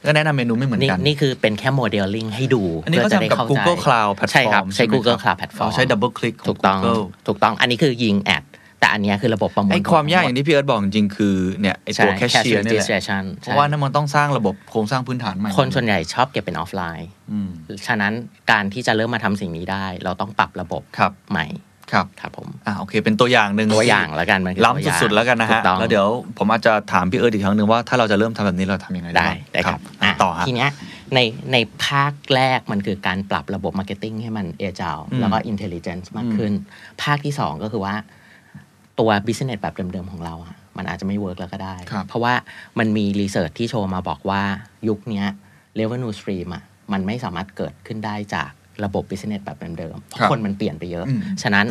C: ก็แนะนำเมนูไม่เหมือน
D: นี่
C: กัน
D: นี่คือเป็นแค่โมเดลลิ่งให้ดู
C: อันนี้ก็
D: เพื่จะได้
C: ทำกับ
D: เข้าใจ
C: Google Cloud platform
D: ใช่ครับ ใช้
C: ไหม
D: Google
C: รับ
D: Cloud platform
C: เราใช้ double click ข
D: ถูกต้อง
C: Google
D: ถูกต้อง อันนี้คือยิงแอด แต่อันเนี้ยคือระบบประมวล
C: ไอ้ความยากอย่างที่พี่เอิร์ธบอกจริงๆคือเนี่ยไอ้ตัวแคชเชียร์
D: ร์
C: นี่แหละ เพ
D: เพ
C: ราะ
D: ราะ
C: ว่า
D: ว่า
C: นั่นมันต้องสร้างระบบโครงสร้างพื้นฐานใหม่
D: คนส่วนใหญ่ชอบเก็บเป็นออฟไลน์
C: อืม
D: ฉะนั้นการที่จะเริ่มมาทำสิ่งนี้ได้ เราต้องปรับระบบ
C: ครับ
D: ใหม่
C: ครับ
D: ครับผม
C: อ่าโอเค เป็นตัวอย่างหนึ่ง
D: ตัวอย่างแล้วกันมันคือตัวอย่า
C: ล้ำ
D: ง
C: สุดๆแล้วกันนะ
D: ถู
C: ฮะ
D: กต้อง
C: แล้วเดี๋ยวผมอาจจะถามพี่เอิร์ธอีกครั้งหนึ่งว่าถ้าเราจะเริ่มทำแบบนี้เราทำยังไง
D: ได้ได้ครับ
C: อ่ะ
D: ะ
C: ต่อฮะ
D: ทีเนี้ยในในภาคแรกมันคือการปรับระบบมาร์เก็ตติ้งให้มันเอเจ e
C: อืม
D: แล้วก็อินเทล i เจน c ์มากขึ้น ภาคที่ 2 ก็คือว่าตัว business แบบเดิมๆของเราอะมันอาจจะไม่เวิร์กแล้วก็ได้
C: ครับ
D: เพราะว่ามันมีรีเสิร์ชที่โชว์มาบอกว่ายุคเนี้ย revenue stream อะมันไม่สามารถเกิดขึ้นได้จากระบบ business แบบเดิมๆเพราะ
C: ครับ
D: คนมันเปลี่ยนไปเยอะ
C: อืม
D: ฉะนั้น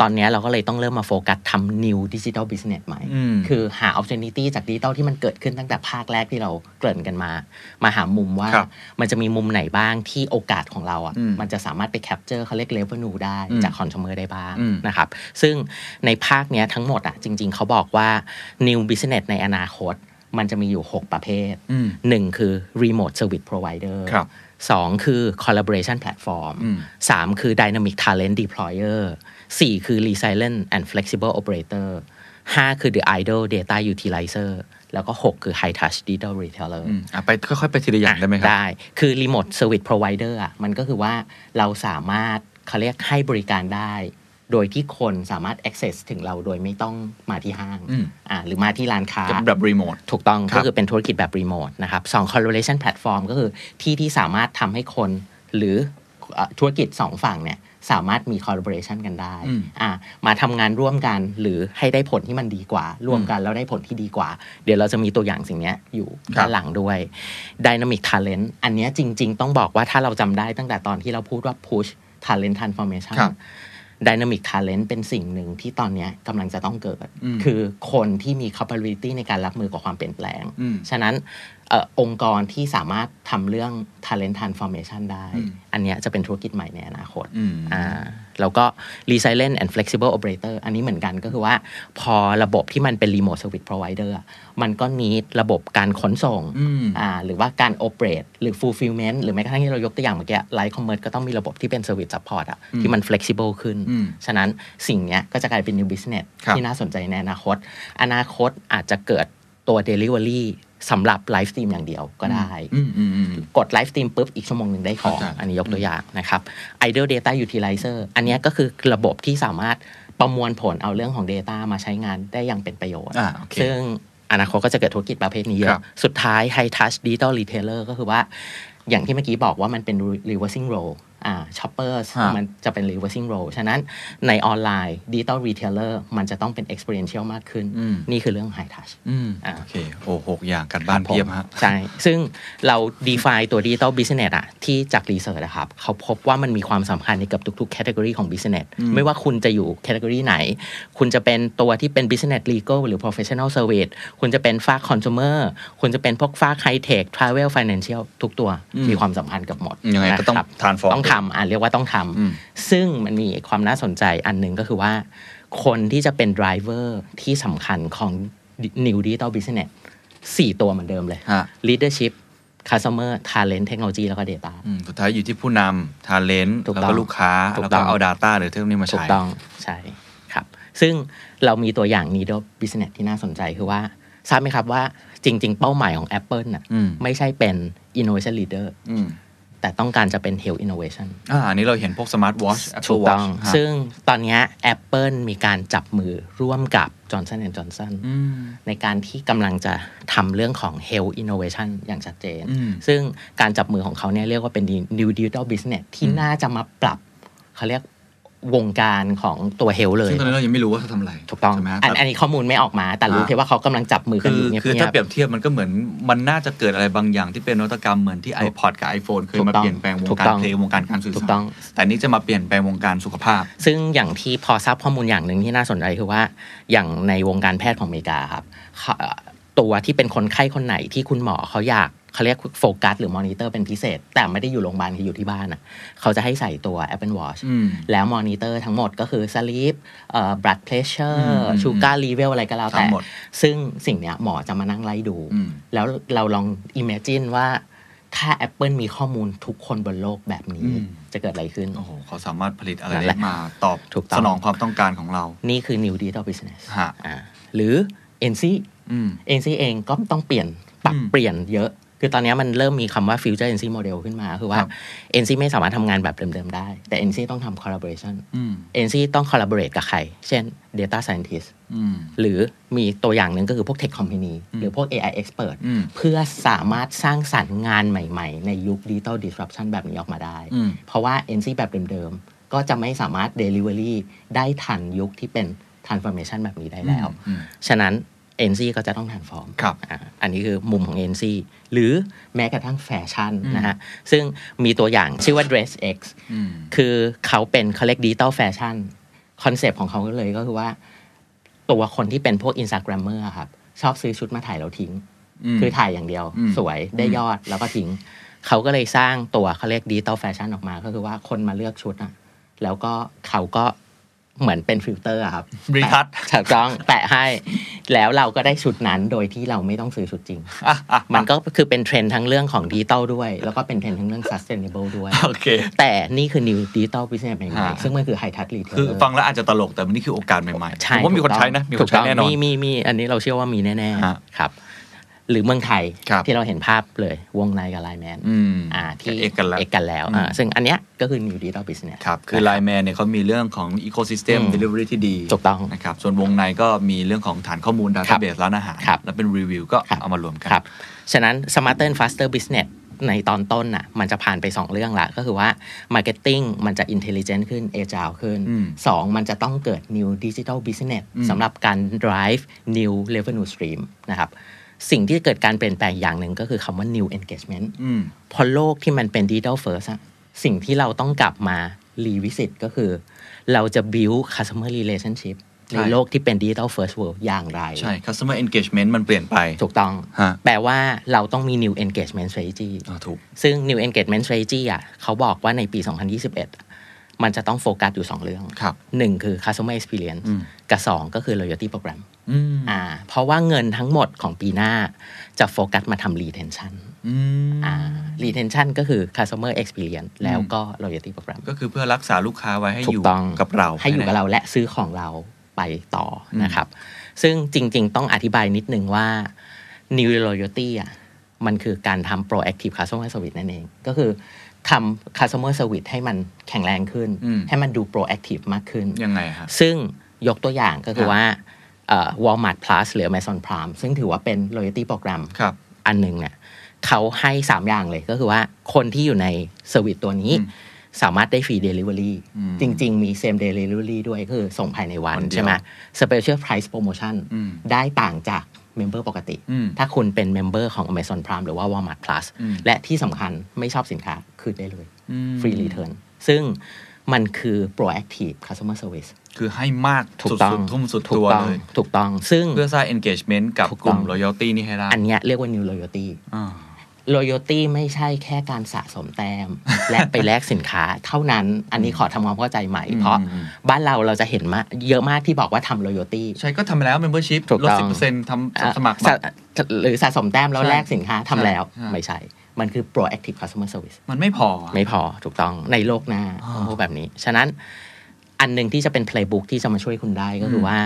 D: ตอนเนี้ยเราก็เลยต้องเริ่มมาโฟกัสทำ new digital business ใหม่
C: อืม
D: คือหา opportunity จากดิจิตอลที่มันเกิดขึ้นตั้งแต่ภาคแรกที่เราเกริ่นกันมา มาหามุมว่า
C: ครับ
D: มันจะมีมุมไหนบ้างที่โอกาสของเราอ่ะ
C: อืม
D: มันจะสามารถไป capture เขาเรียก revenue ได้
C: อืม
D: จาก consumer ได้บ้าง
C: อืม
D: นะครับ ซึ่งในภาคเนี้ยทั้งหมดอ่ะจริง ๆ เขาบอกว่า new business ในอนาคต มันจะมีอยู่ 6 ประเภท
C: อืม
D: 1 คือ remote service provider
C: ครับ
D: สองคือ collaboration platform
C: อืม
D: สามคือ Dynamic Talent Deployer สี่คือ Resilient and Flexible Operator ห้าคือ The Idle Data Utilizer แล้วก็หกคือ High Touch Digital Retailer
C: อืมอ่ะไปค่อยๆไปทีละอย่างได้ไหมครับ
D: ได้ คือ Remote Service Provider อ่ะมันก็คือว่าเราสามารถเขาเรียกให้บริการได้ โดยที่คนสามารถ access ถึงเราโดยไม่ต้องมาที่ห้าง
C: อืม
D: อ่าหรือมาที่ร้านค้า
C: จะแบบรีโมท
D: ถูกต้อง
C: ครับ
D: ก็คือเป็นธุรกิจแบบรีโมทนะครับสอง collaboration platform ก็คือที่ที่สามารถทำให้คนหรือเอ่อธุรกิจสองฝั่งเนี่ยสามารถมี collaboration กันได้
C: อืม
D: อ่ะมาทำงานร่วมกันหรือให้ได้ผลที่มันดีกว่า ร่วมกันแล้วได้ผลที่ดีกว่า เดี๋ยวเราจะมีตัวอย่างสิ่งเนี้ยอยู่
C: ครับ
D: ด้านหลังด้วย dynamic talent อันเนี้ยจริง ๆ ต้องบอกว่าถ้าเราจำได้ตั้งแต่ตอนที่เราพูดว่า push talent transformation
C: ครับ
D: Dynamic Talent เป็นสิ่งหนึ่งที่ตอนเนี้ยกำลังจะต้องเกิด
C: อืม
D: คือคนที่มี capability ในการรับมือกับความเปลี่ยนแปลง
C: อืม
D: ฉะนั้นเออองค์กรที่สามารถทำเรื่อง Talent Transformation ได้
C: อืม
D: อันเนี้ยจะเป็นธุรกิจใหม่ในอนาคต
C: อืม
D: อ่าแล้วก็ resilient and flexible operator อันนี้เหมือนกันก็คือว่า พอระบบที่มันเป็น remote service provider อะมันก็ need ระบบการขนส่ง
C: อืม
D: อ่าหรือว่าการ operate หรือ fulfillment หรือแม้กระทั่งที่เรายกตัวอย่างเมื่อกี้ light commerce ก็ต้องมีระบบที่เป็น service support อะที่มัน flexible ขึ้น
C: อืม
D: ฉะนั้นสิ่งเนี้ยก็จะกลายเป็น new business
C: ครับ
D: ที่น่าสนใจในอนาคต อนาคตอาจจะเกิดตัว delivery สำหรับ live stream อย่างเดียวก็ได้
C: อืมอืมอืม
D: กดไลฟ์สตรีมปุ๊บ อีกชั่วโมงหนึ่งได้ของ
C: เข้าใจ
D: อันนี้ยกตัวอย่างนะครับ Idle Data Utilizer อันเนี้ยก็คือระบบที่สามารถประมวลผลเอาเรื่องของ Data มาใช้งานได้อย่างเป็นประโยชน์
C: อ่าโอเค
D: ซึ่งอนาคตก็จะเกิดธุรกิจประเภทนี้เย
C: ครั
D: อะ
C: บ
D: สุดท้าย High Touch Digital Retailer ก็คือว่า อย่างที่เมื่อกี้บอกว่ามันเป็น reversing role อ่า shoppers
C: ฮะ
D: มันจะเป็น reversing role ฉะนั้นในออนไลน์ Digital Retailer มันจะต้องเป็น experiential มากขึ้น
C: อืม
D: นี่คือเรื่อง High Touch
C: อืม
D: อ่า
C: โอเคโอ้หกอย่างกันบ้าน
D: ผม
C: เพียบฮะ
D: ใช่ ซึ่งเรา define ตัว digital business อะที่จากรีเสิร์ชอะครับ เขาพบว่ามันมีความสำคัญในเกับทุก ๆ category ของ business ไม่ว่าคุณจะอยู่ category ไหน คุณจะเป็นตัวที่เป็น business legal หรือ professional service คุณจะเป็นฝาก consumer คุณจะเป็นพวกฝาก high tech travel financial ทุกตัว
C: อืม
D: มีความสำคัญกับหมด
C: ยังไงก็ต้อง
D: นะครับ
C: transform
D: ต้องทำอ่ะเรียกว่าต้องท
C: อืม
D: ำซึ่งมันมีความน่าสนใจอันหนึ่งก็คือว่า คนที่จะเป็น driver ที่สำคัญของ new digital business สี่ตัวเหมือนเดิมเลย
C: ฮะ
D: leadership customer talent technology แล้วก็ data
C: อืมสุดท้ายอยู่ที่ผู้นำทาเลนต์
D: ถูกต้อ
C: แล้ว
D: ง
C: ก็ลูกค้า
D: ถูก
C: แล้วก็
D: ต้อง
C: เอา Data หรือเทคโนโลยีมา
D: ถู
C: ใช้
D: กต้องใช่ครับ ซึ่งเรามีตัวอย่าง n e e d l e business ที่น่าสนใจคือว่า ทราบไหมครับว่าจริง ๆ เป้าหมายของ Apple น่ะ
C: อืม
D: ไม่ใช่เป็น innovation leader
C: อืม
D: แต่ต้องการจะเป็น health innovation
C: อ่าอันนี้เราเห็นพวกสมาร์ทวอช
D: ถู
C: Apple
D: ก
C: Watch
D: ต้อง
C: ฮะ
D: ซึ่งตอนเนี้ย Apple มีการจับมือร่วมกับ Johnson Johnson
C: อืม
D: ในการที่กำลังจะทำเรื่องของ health innovation อย่างชัดเจน
C: อืม
D: ซึ่งการจับมือของเขาเนี่ยเรียกว่าเป็น new digital business ที่
C: อืม
D: น่าจะมาปรับเขาเรียกวงการของตัว health เลย
C: ซึ่งตอนนี้เรายังไม่รู้ว่าเขาทำอะไร
D: ถูกต้อง
C: ใช่ไหมฮะ
D: อันอันนี้ข้อมูลไม่ออกมา แต่รู้แค่ว่าเขากำลังจับมือกัน
C: คือ
D: อ
C: ยู่
D: เงียบๆ
C: คือถ้าเปรียบเทียบมันก็เหมือนมันน่าจะเกิดอะไรบางอย่างที่เป็นนวัตกรรมเหมือนที่ iPod กับ iPhone เคย
D: ถูก
C: มา
D: ต้อง
C: เปลี่ยนแปลงวง
D: ถูก
C: การ
D: ต้อง
C: เพลงวงการการสื่อ
D: ถู
C: สาก
D: ต้
C: ร
D: อง
C: แต่นี่จะมาเปลี่ยนแปลงวงการสุขภาพ
D: ซึ่งอย่างที่พอทราบข้อมูลอย่างหนึ่งที่น่าสนใจคือว่าอย่างในวงการแพทย์ของอเมริกาครับเขาเอ่อตัวที่เป็นคนไข้คนไหนที่คุณหมอเขาอยากเขาเรียกโฟกัสหรือมอนิเตอร์เป็นพิเศษ แต่ไม่ได้อยู่โรงพยาบาลคืออยู่ที่บ้านอ่ะเขาจะให้ใส่ตัว Apple Watch
C: อืม
D: แล้วมอนิเตอร์ทั้งหมดก็คือ sleep เอ่อ blood
C: อื
D: pressure
C: มอืม
D: sugar level อะไรก็แล้ว
C: ทั้
D: แต่
C: งหมด
D: ซึ่งสิ่งเนี้ยหมอจะมานั่งไล่ดู
C: อืม
D: แล้วเราลอง imagine ว่าถ้า Apple มีข้อมูลทุกคนบนโลกแบบนี้จะเกิดอะไรขึ้น
C: โอ้โหเขาสามารถผลิตอะไร
D: นั่นแห
C: ได้
D: ละ
C: มาตอบ
D: ถูกต้อง
C: สนองความต้องการของเรา
D: นี่คือ New Digital Business
C: ฮะ
D: อ่าหรือ NC
C: อืม
D: NC เองก็ต้องเปลี่ยนปรับ
C: อืม
D: เปลี่ยนเยอะ คือตอนเนี้ยมันเริ่มมีคำว่า future NC model ขึ้นมา คือว่า
C: ครับ
D: NC ไม่สามารถทำงานแบบเดิมๆได้ แต่ NC ต้องทำ collaboration
C: อืม
D: NC ต้อง collaborate กับใคร เช่น data scientist
C: อืม
D: หรือมีตัวอย่างหนึ่งก็คือพวก tech company หรือพวก AI expert
C: อืม
D: เพื่อสามารถสร้างสรรค์งานใหม่ๆ ในยุค digital disruption แบบนี้ออกมาได้
C: อืม
D: เพราะว่า NC แบบเดิมๆ ก็จะไม่สามารถ Delivery ได้ทันยุคที่เป็น Transformation แบบนี้ได้แล้ว
C: อืมอืม
D: ฉะนั้น NC ก็จะต้อง Transform
C: ครับ
D: อ่าอันนี้คือมุมของ NC หรือแม้กระทั่งแฟชั่น
C: อืม
D: นะฮะ ซึ่งมีตัวอย่างชื่อว่า Dress X
C: อืม
D: คือเขาเป็นเขาเรียกดิจิตอลแฟชั่นคอนเซปต์ของเขาก็เลยก็คือว่า ตัวคนที่เป็นพวกอินสตาแกรมเมอร์ครับ ชอบซื้อชุดมาถ่ายแล้วทิ้ง
C: อืม
D: คือถ่ายอย่างเดียว
C: อืม
D: สวยได้ยอดแล้วก็ทิ้ง เขาก็เลยสร้างตัวเขาเรียกดิจิตอลแฟชั่นออกมา ก็คือว่าคนมาเลือกชุดอะแล้วก็เขาก็เหมือนเป็นฟิลเตอร์อะครับ
C: Retouch
D: แปะถูกต้องแปะให้ แล้วเราก็ได้ชุดนั้นโดยที่เราไม่ต้องซื้อชุดจริง
C: อ่ะอ่ะ
D: มันก็คือเป็นเทรนด์ทั้งเรื่องของดิจิตอลด้วย แล้วก็เป็นเทรนด์ทั้งเรื่อง sustainable ด้วย
C: *laughs* โอ *laughs* เค
D: แต่นี่คือ New Digital Business ใหม่
C: ฮะ
D: ๆซึ่งมันคือ High Touch Retail
C: คือฟังแล้วอาจจะตลกแต่มันนี่คือโอกาสใหม่ๆผ
D: ใช่
C: มว่ามีคนใช้นะ มีคนใช้แน่นอน
D: มีมีมีอันนี้เราเชื่อว่ามีแน่
C: ฮะ
D: ๆ ครับ หรือเมืองไทย
C: ครับ
D: ที่เราเห็นภาพเลยวงในกับไลแมน
C: อืม
D: อ่าที่
C: เอกกันแล้ว
D: เอกกันแล้วอ่าซึ่งอันเนี้ยก็คือ New Digital Business
C: ครับ คือ
D: นะ
C: ไลน์แมนเนี่ยเขามีเรื่องของ Ecosystem
D: อืม
C: Delivery ที่ดี
D: ถูกต้อง
C: นะครับ ส่วนวงในก็มีเรื่องของฐานข้อมูล Database ร้านอาหาร
D: ครับ
C: แล้วเป็นรีวิวก็
D: ครับ
C: เอามารวมกัน
D: ครับ ฉะนั้น Smarter and Faster Business ในตอนต้นน่ะมันจะผ่านไป 2 เรื่องละก็คือว่า Marketing มันจะ Intelligent ขึ้น Agile ขึ้น
C: อืม
D: 2 มันจะต้องเกิด New Digital Business
C: อืม
D: สำหรับการ drive New Revenue Stream นะครับ สิ่งที่เกิดการเปลี่ยนแปลงอย่างหนึ่งก็คือคำว่า New Engagement
C: อืม
D: พอโลกที่มันเป็น Digital First อะสิ่งที่เราต้องกลับมา revisit ก็คือ เราจะ build customer relationship ใน
C: ใช่
D: โลกที่เป็น Digital First World อย่างไร
C: ใช่ Customer Engagement มันเปลี่ยนไป
D: ถูกต้อง
C: ฮะ
D: แปลว่าเราต้องมี new engagement strategy
C: อ่าถูก
D: ซึ่ง new engagement strategy อ่ะเขาบอกว่าในปี 2021 มันจะต้องโฟกัสอยู่ 2 เรื่อง
C: ครับ
D: หนึ่งคือ customer experience
C: อืม
D: กับ 2 ก็คือ loyalty program
C: อืม
D: อ่าเพราะว่าเงินทั้งหมดของปีหน้าจะโฟกัสมาทำ retention
C: อืม
D: อ่า retention ก็คือ customer experience แล้วก็ loyalty program
C: ก็คือเพื่อรักษาลูกค้าไว้ให้
D: ถู
C: อยู่
D: กต้อง
C: กับเรา
D: ให้อยู่กับเราและซื้อของเราไปต่ออนะครับ ซึ่งจริง ๆ ต้องอธิบายนิดนึงว่า new loyalty อ่ะมันคือการทำ proactive customer service นั่นเอง ก็คือทำ customer service ให้มันแข็งแรงขึ้น ให้มันดู proactive มากขึ้น
C: ยังไงฮะ
D: ซึ่งยกตัวอย่างก็คื
C: ครั
D: อ
C: บ
D: ว่าเอ่อ Walmart Plus หรือ Amazon Prime ซึ่งถือว่าเป็น loyalty program
C: ครับ
D: อันหนึ่งเนี่ยเขาให้ 3 อย่างเลยก็คือว่าคนที่อยู่ในเซอร์วิสตัวนี้ สามารถได้ฟรี Delivery
C: อืม
D: จริง ๆ มี Same Delivery ด้วยก็คือส่งภายในวัน
C: วันเดียว
D: ใช่ไหม Special Price Promotion
C: อืม
D: ได้ต่างจากเมมเบอร์ปกติ
C: อืม
D: ถ้าคุณเป็นเมมเบอร์ของ Amazon Prime หรือว่า Walmart Plus
C: อืม
D: และที่สำคัญไม่ชอบสินค้า คืนได้เลย
C: อืม
D: ฟรีรีเทิร์นซึ่งมันคือ proactive customer service
C: คือให้มาก
D: ถู
C: สุ
D: กต้อง
C: ดๆทุ่มสุด
D: ถู
C: ตั
D: ก
C: ว
D: ต้อง
C: เลย
D: ถูกต้องซึ่ง
C: เพื่อสร้าง engagement กับ
D: ถูก
C: กลุ่ม
D: ต้อง
C: loyalty นี่ให้ได้
D: อันเนี้ยเรียกว่า new loyalty
C: อ่า
D: โ o โยตี้ไม่ใช่แค่การสะสมแต้
C: *laughs*
D: ม และไปแลกสินค้าเท่านั้น อันนี้ขอทำความเข้าใจใหม่
C: อืม
D: เพราะ
C: อืมอืม
D: บ้านเราเราจะเห็นมาเยอะมากที่บอกว่าทำโ o โยตี้
C: ใช่ก็ทำไปแล้ว membership
D: ถูก
C: ลด
D: ต้อง
C: สิบเปอร์เซ็นต์ทำสมัครมา
D: หรือสะสมแต้มแล้ว
C: ใช่
D: แลกสินค้าทำแล้ว
C: ใช่
D: ไม่ใช่ มันคือ proactive customer service
C: มันไม่พอ
D: ไม่พอถูกต้องในโลกหน้าต้องพูดแบบนี้ ฉะนั้นอันหนึ่งที่จะเป็น playbook ที่จะมาช่วยคุณได้ก็คือว่า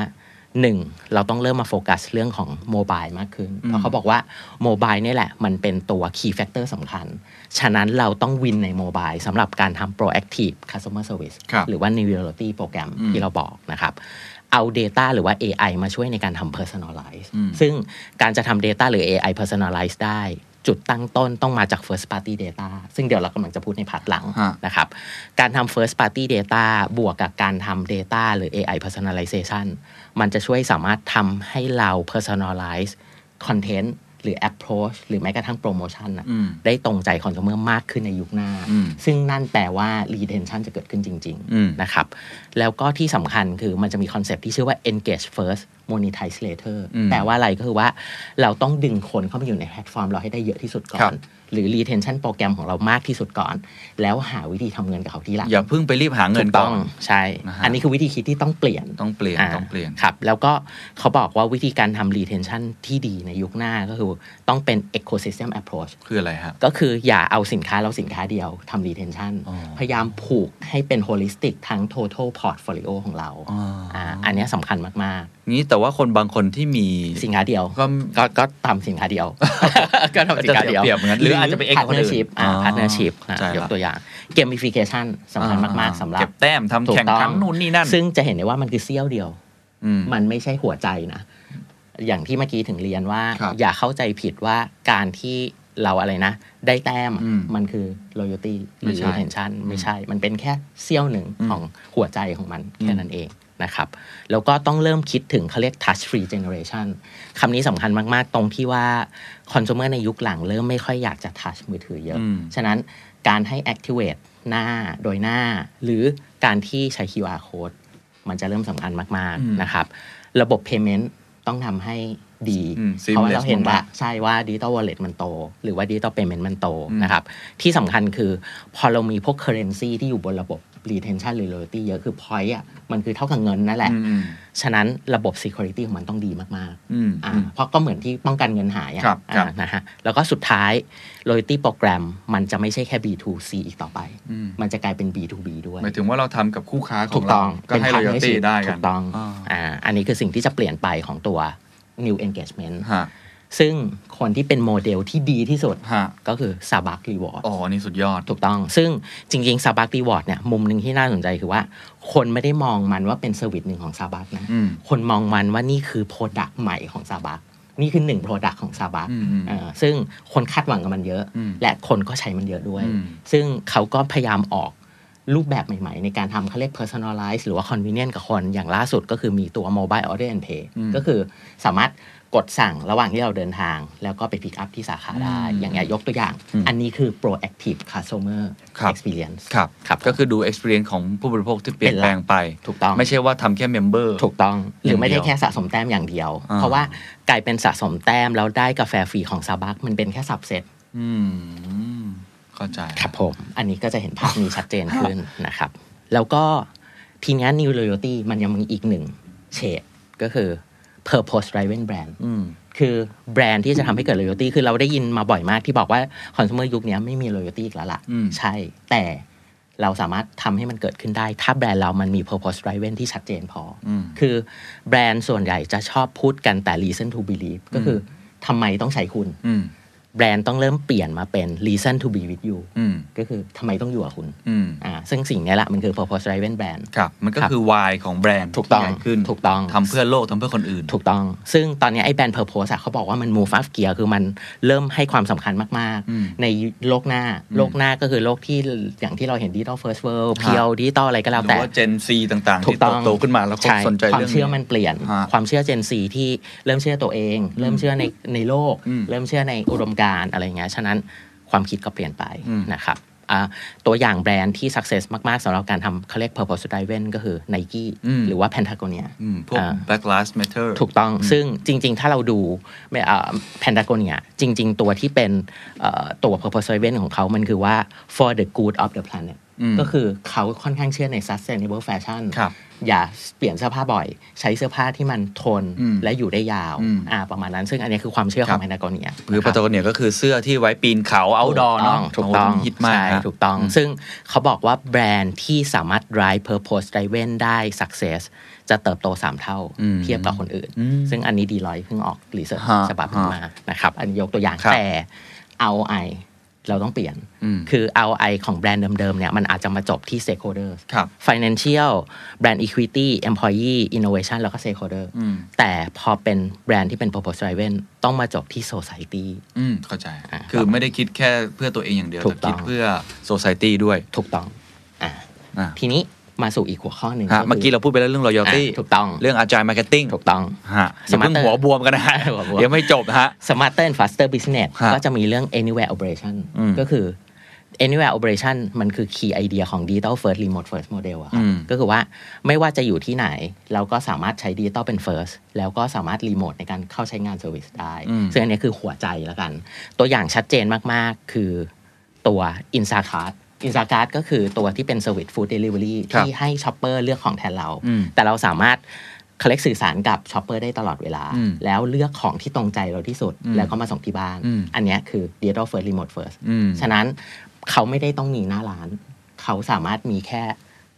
D: หนึ่งเราต้องเริ่มมาโฟกัสเรื่องของโมบายมากขึ้น เพราะเขาบอกว่าโมบายนี่ยแหละ มันเป็นตัว key factor สำคัญ ฉะนั้นเราต้องวินในโมบายสำหรับการทำ proactive customer service
C: ครับ
D: หรือว่า new loyalty program ที่เราบอกนะครับ เอา Data หรือว่า AI มาช่วยในการทำ personalize
C: อืม
D: ซึ่งการจะทำ Data หรือ AI personalize ได้ จุดตั้งต้นต้องมาจาก first party data ซึ่งเดี๋ยวเรากำลังจะพูดในพาร์ทหลัง
C: ฮะ
D: นะครับ การทำ first party data บวกกับการทำ data หรือ AI personalization มันจะช่วยสามารถทำให้เรา personalize content หรือ approach หรือแม้กระทั่ง promotion น่ะ
C: อืม
D: ได้ตรงใจคอน sumer มากขึ้นในยุคหน้า
C: อืม
D: ซึ่งนั่นแปลว่า retention จะเกิดขึ้นจริง
C: อืม
D: ๆ นะครับ แล้วก็ที่สำคัญคือมันจะมีคอนเซปที่ชื่อว่า engage first monetize later
C: อืม
D: แปลว่าอะไรก็คือว่าเราต้องดึงคนเข้ามาอยู่ในแพลตฟอร์มเราให้ได้เยอะที่สุดก่อ
C: ครั
D: น
C: บ
D: หรือ retention โปรแกรมของเรามากที่สุดก่อน แล้วหาวิธีทำเงินกับเขาที่หลัง
C: อย่าเพิ่งไปรีบหาเงิ
D: ถู
C: น
D: ก
C: ก่
D: ต้
C: อ
D: อง
C: น
D: ใช่
C: นะฮะ
D: อันนี้คือวิธีคิดที่ต้องเปลี่ยน
C: ต้องเปลี่ยน
D: า
C: ต้องเปลี่ยน
D: ครับ แล้วก็เขาบอกว่าวิธีการทำ retention ที่ดีในยุคหน้าก็คือต้องเป็น ecosystem approach
C: คืออะไรฮะ
D: ก็คืออย่าเอาสินค้าเราสินค้าเดียวทำ retention
C: อ๋อ
D: พยายามผูกให้เป็น holistic ทั้ง total portfolio ของเรา
C: อ๋ออ่
D: าอันเนี้ยสำคัญมาก
C: นี้แต่ ว่าคนบางคนที่มี
D: สินค้าเดียว
C: ก็
D: ก็ก็ทำสินค้าเดียว
C: *laughs*
D: ก็ทำสินค้าเดียว
C: ก็จะเสียเปรียบเหมือนกัน
D: หรืออาจจะเป็น
C: หรือ
D: พาร์ทเนอร์ชิพอ่า
C: อ๋อ
D: พาร์ทเนอร์ชิพ
C: เข้าใจละ
D: ยกตัวอย่างเกมฟิเคชันสำคัญมากๆสำหรั
C: เก็
D: บบ
C: แต้มทำ
D: ถูก
C: แข่ง
D: ต้อง
C: ทั้งนู่นนี่นั่น
D: ซึ่งจะเห็นได้ว่ามันคือเสี้ยวเดียว
C: อืม
D: มันไม่ใช่หัวใจนะ อย่างที่เมื่อกี้ถึงเรียนว่า
C: ครับ
D: อย่าเข้าใจผิดว่าการที่เราอะไรนะ ได้แต้ม
C: อืม
D: มันคือ loyalty ห
C: ไม่
D: รือ
C: ใช่
D: retention ไม่ใช่ มันเป็นแค่เสี้ยวหนึ่ง
C: อืม
D: ของหัวใจของมันแค่
C: อืม
D: นั้นเองนะครับ แล้วก็ต้องเริ่มคิดถึงเขาเรียก touch free generation คำนี้สำคัญมาก ๆ ตรงที่ว่า consumer ในยุคหลังเริ่มไม่ค่อยอยากจะ touch มือถือเยอะ
C: อืม
D: ฉะนั้นการให้ activate หน้าโดยหน้า หรือการที่ใช้ QR code มันจะเริ่มสำคัญมาก
C: อืม
D: ๆ นะครับ ระบบ payment ต้องทำให้ดี
C: อืม
D: เพราะ
C: seamless
D: ว่าเราเห็นว่าม
C: าก
D: ใช่ว่า Digital Wallet มันโต หรือว่า Digital Payment มันโต
C: อืม
D: นะครับ ที่สำคัญคือพอเรามีพวก currency ที่อยู่บนระบบ retention หรือ loyalty เยอะคือ point อ่ะมันคือเท่ากับเงินนั่นแหละ
C: อืม
D: ฉะนั้นระบบ security ของมันต้องดีมาก ๆ
C: อืม
D: อ่า
C: อืม
D: เพราะก็เหมือนที่ป้องกันเงินหายอะ
C: ครับครับ
D: อ่านะฮะแล้วก็สุดท้าย loyalty program มันจะไม่ใช่แค่ B2C อีกต่อไป
C: อืม
D: มันจะกลายเป็น B2B ด้วย
C: หมายถึงว่าเราทำกับคู่ค้าข
D: ถู
C: อง
D: ก
C: เรา
D: ต้อง
C: ก็ให้
D: ทาง
C: loyalty
D: ชีพ
C: ได้กั
D: ถู
C: น
D: กต้อง
C: อ่า
D: อ่าอันนี้คือสิ่งที่จะเปลี่ยนไปของตัว new engagement
C: ฮะ
D: ซึ่งคนที่เป็นโมเดลที่ดีที่สุด
C: ฮะ
D: ก็คือ s a b a k Reward
C: อ๋ออันนี่สุดยอด
D: ถูกต้อง ซึ่งจริงๆ s a b a k Reward เนี่ยมุมหนึ่งที่น่าสนใจคือว่า คนไม่ได้มองมันว่าเป็นเซอร์วิสหนึ่งของ s a b a k นะ
C: อืม
D: คนมองมันว่านี่คือโปรดักต์ใหม่ของซาบักนี่คือหนึ่งโปรดักต์ของซาบัก
C: อืมอืม
D: ซึ่งคนคาดหวังกับมันเยอะ
C: อืม
D: และคนก็ใช้มันเยอะด้วย
C: อืม
D: ซึ่งเขาก็พยายามออกรูปแบบใหม่ ๆ ในการทำเขาเรียก personalize หรือว่า convenient กับคน อย่างล่าสุดก็คือมีตัว mobile order and pay ก็คือสามารถกดสั่งระหว่างที่เราเดินทาง แล้วก็ไป pick up ที่สาขาได้ อย่างเงี้ยยกตัวอย่าง อันนี้คือ proactive customer
C: ครับ
D: experience
C: ครับ
D: ครับ
C: ก็คือดู experience ของผู้บริโภคที่เปลี่ยนแปลงไป
D: ถูกต้อง
C: ไม่ใช่ว่าทำแค่ member
D: ถูกต้องหรือไม่
C: อ
D: ได้
C: ย่างเดียว
D: แค่สะสมแต้มอย่างเดียว
C: อ่า
D: เพราะว่ากลายเป็นสะสมแต้มแล้วได้กาแฟฟรีของซาบักมันเป็นแค่สับเซต
C: อืมเข้าใจ
D: ครับผม อันนี้ก็จะเห็นภาพนี้ชัดเจน *laughs* ขึ้นนะครับ แล้วก็ทีนี้ New Loyalty มันยังมีอีกหนึ่งเฉดก็คือ Purpose Driven Brand
C: อืม
D: คือแบรนด์ที่จะทำให้เกิด loyalty คือเราได้ยินมาบ่อยมากที่บอกว่าคอน sumer ยุคนี้ไม่มี loyalty อีกแล้วล่ะ
C: อืม
D: ใช่ แต่เราสามารถทำให้มันเกิดขึ้นได้ ถ้าแบรนด์เรามันมี purpose driven ที่ชัดเจนพออคือแบรนด์ส่วนใหญ่จะชอบพูดกันแต่ reason to believe ก็คือทำไมต้องใช้คุณ
C: อืม
D: แบรนด์ต้องเริ่มเปลี่ยนมาเป็น reason to be with you
C: อืม
D: ก็คือทำไมต้องอยู่กับคุณ
C: อืม
D: อ่าซึ่งสิ่งนี้แหละมันคือ purpose driven brand
C: ครับ มันก็
D: ครับ
C: คือ why ของแบรนด์
D: ถูกต้อง
C: ที่ใหญ่ขึ้น
D: ถูกต้อง
C: ทำเพื่อโลกทำเพื่อคนอื่น
D: ถูกต้อง ซึ่งตอนนี้ไอ้แบรนด์เพอร์โพสเขาบอกว่ามัน move up gear คือมันเริ่มให้ความสำคัญมาก
C: อืม
D: ๆ ในโลกหน้า โลกหน้าก็คือโลกที่อย่างที่เราเห็นดิจิตอลเฟิร์สเวิลด์
C: ครับ
D: เพียวดิจิตอลอะไรก็แล้ว
C: หรื
D: แต่
C: อว่า Gen Z ต่างๆ
D: ถู
C: ที่
D: กต้อง
C: โตๆขึ้นมาแล้วเขา
D: ช่
C: สนใจ
D: ความ
C: เรื่อง
D: เชื่อมันเปลี่ยน
C: ฮะ
D: ความเชื่อเจนซีที่เริ่มเชื่อตัวเอง เริ่มเชื่อในในโลก
C: อืม
D: เริ่มเชื่อในอุดมการณ์อะไรอย่างเงี้ยฉะนั้นความคิดก็เปลี่ยนไป
C: อืม
D: นะครับอ่าตัวอย่างแบรนด์ที่ success มากๆสำหรับการทำเขาเรียก purpose driven ก็คือ Nike หรือว่า Patagonia
C: อืมพวก
D: อ่า
C: Black Lives Matter
D: ถูกต้อง ซึ่งจริง ๆ ถ้าเราดูแพนดาโกเนียจริง ๆ ตัวที่เป็นเอ่อตัว purpose driven ของเขามันคือว่า for the good of the planet
C: อืม
D: ก็คือเขาค่อนข้างเชื่อใน sustainable fashion
C: ครับ
D: อย่าเปลี่ยนเสื้อผ้าบ่อย ใช้เสื้อผ้าที่มันทน
C: อืม
D: และอยู่ได้ยาว
C: อืม
D: อ่าประมาณนั้น ซึ่งอันนี้คือความเชื่อข
C: ครั
D: อบ งแพนดาโกเนีย
C: หรือปัตตาโกเนียก็คือเสื้อที่ไว้ปีนเขา outdoor เนาะ
D: ถูกต้อง
C: โโหฮิตมาก
D: ใช่
C: ฮะ
D: ถูกต้อง ซึ่งเขาบอกว่าแบรนด์ที่สามารถ drive purpose driven ได้ success จะเติบโต 3 เท่า
C: อืม
D: เทียบกับคนอื่น
C: อืม
D: ซึ่งอันนี้ดีลอยเพิ่งออกรีเสิร์ช
C: ฮะ
D: ฉบับนี้
C: ฮะ
D: มานะครับ อันนี้ยกตัวอย่าง
C: ครับ
D: แต่ ROI เราต้องเปลี่ยน
C: อืม
D: คือ ROI ของแบรนด์เดิมๆเนี่ยมันอาจจะมาจบที่ stakeholders
C: ครับ
D: financial brand equity employee innovation แล้วก็ stakeholder
C: อืม
D: แต่พอเป็นแบรนด์ที่เป็น purpose driven ต้องมาจบที่ society
C: อืมเข้าใจ
D: อ่า
C: คือไม่ได้คิดแค่เพื่อตัวเองอย่างเดียว
D: ถู
C: แต่
D: กต้
C: คิ
D: อ
C: ด
D: ง
C: เพื่อ society ด้วย
D: ถูกต้องอ่า
C: อ่า
D: ทีนี้มาสู่อีกหัวข้อหนึ่ง
C: ฮะเมื่อกี้เราพูดไปแล้วเรื่อง loyalty
D: อ่ะถูกต้อง
C: เรื่อง agile marketing
D: ถูกต้อง
C: ฮะอย่าเพิ่ง
D: Smarter
C: หัวบวมกันนะฮะ
D: หัวบวม
C: เดี๋ยวไม่จบฮะ
D: Smarter and Faster Business
C: ครับ
D: ก็จะมีเรื่อง Anywhere Operation
C: อืม
D: ก็คือ Anywhere Operation มันคือ Key Idea ของ Digital First Remote First Model อะครั
C: อื
D: บ
C: ม
D: ก็คือว่าไม่ว่าจะอยู่ที่ไหน เราก็สามารถใช้ Digital เป็น First แล้วก็สามารถรีโมทในการเข้าใช้งาน Service ได้ ซึ่งอันนี้คือหัวใจแล้วกัน ตัวอย่างชัดเจนมาก ๆ คือตัว i n s t a c a r t i n s t a c a r t ก็คือตัวที่เป็นเซอร์วิสฟู้ดเดลิเวอรี่
C: ครับ
D: ที่ให้ช็อปเปอร์เลือกของแทนเรา
C: อืม
D: แต่เราสามารถคเล็กสื่อสารกับช็อปเปอร์ได้ตลอดเวลา
C: อืม
D: แล้วเลือกของที่ตรงใจเราที่สุด แล้วก็มาส่งที่บ้าน
C: อืม
D: อันเนี้ยคือ Digital First Remote First
C: อืม
D: ฉะนั้นเขาไม่ได้ต้องมีหน้าร้าน เขาสามารถมีแค่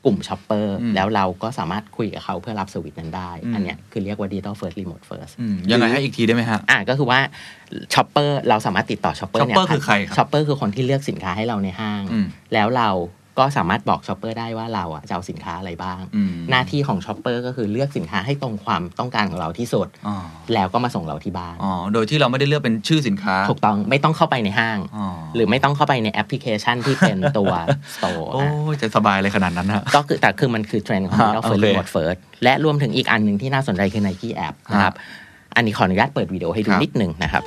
D: กลุ่มช็อปเปอร์แล้วเราก็สามารถคุยกับเขาเพื่อรับเซอร์วิสนั้นได้ อันเนี้ยคือเรียกว่า Digital First Remote First
C: อืมยังไงให้อีกทีได้ไหมฮะ
D: อ่ะก็คือว่าช็อปเปอร์เราสามารถติดต่อช็อปเปอร์เนี่ย
C: shopper คือใครครับ
D: ช็อปเปอร์คือคนที่เลือกสินค้าให้เราในห้าง
C: อืม
D: แล้วเราก็สามารถบอกช็อปเปอร์ได้ว่าเราอ่ะจะเอาสินค้าอะไรบ้าง
C: อืม
D: หน้าที่ของช็อปเปอร์ก็คือเลือกสินค้าให้ตรงความต้องการของเราที่สุด
C: อ๋อ
D: แล้วก็มาส่งเราที่บ้าน
C: อ๋อโดยที่เราไม่ได้เลือกเป็นชื่อสินค้า
D: ถูกต้องไม่ต้องเข้าไปในห้าง
C: อ๋อ
D: หรือไม่ต้องเข้าไปในแอปพลิเคชันที่เป็นตัว
C: *laughs*
D: store
C: โอ้
D: อะ
C: ยจะสบายเลยขนาดนั้นฮะ
D: *laughs* ก็คือแต่คือมันคือเทรนด์ของ Digital
C: อ่ะ
D: First
C: โอเค
D: Remote First และรวมถึงอีกอันหนึ่งที่น่าสนใจคือ Nike App นะครับอันนี้ขออนุญาตเปิดวิดีโอให้ดู
C: ครับ
D: นิดหนึ่งนะครับ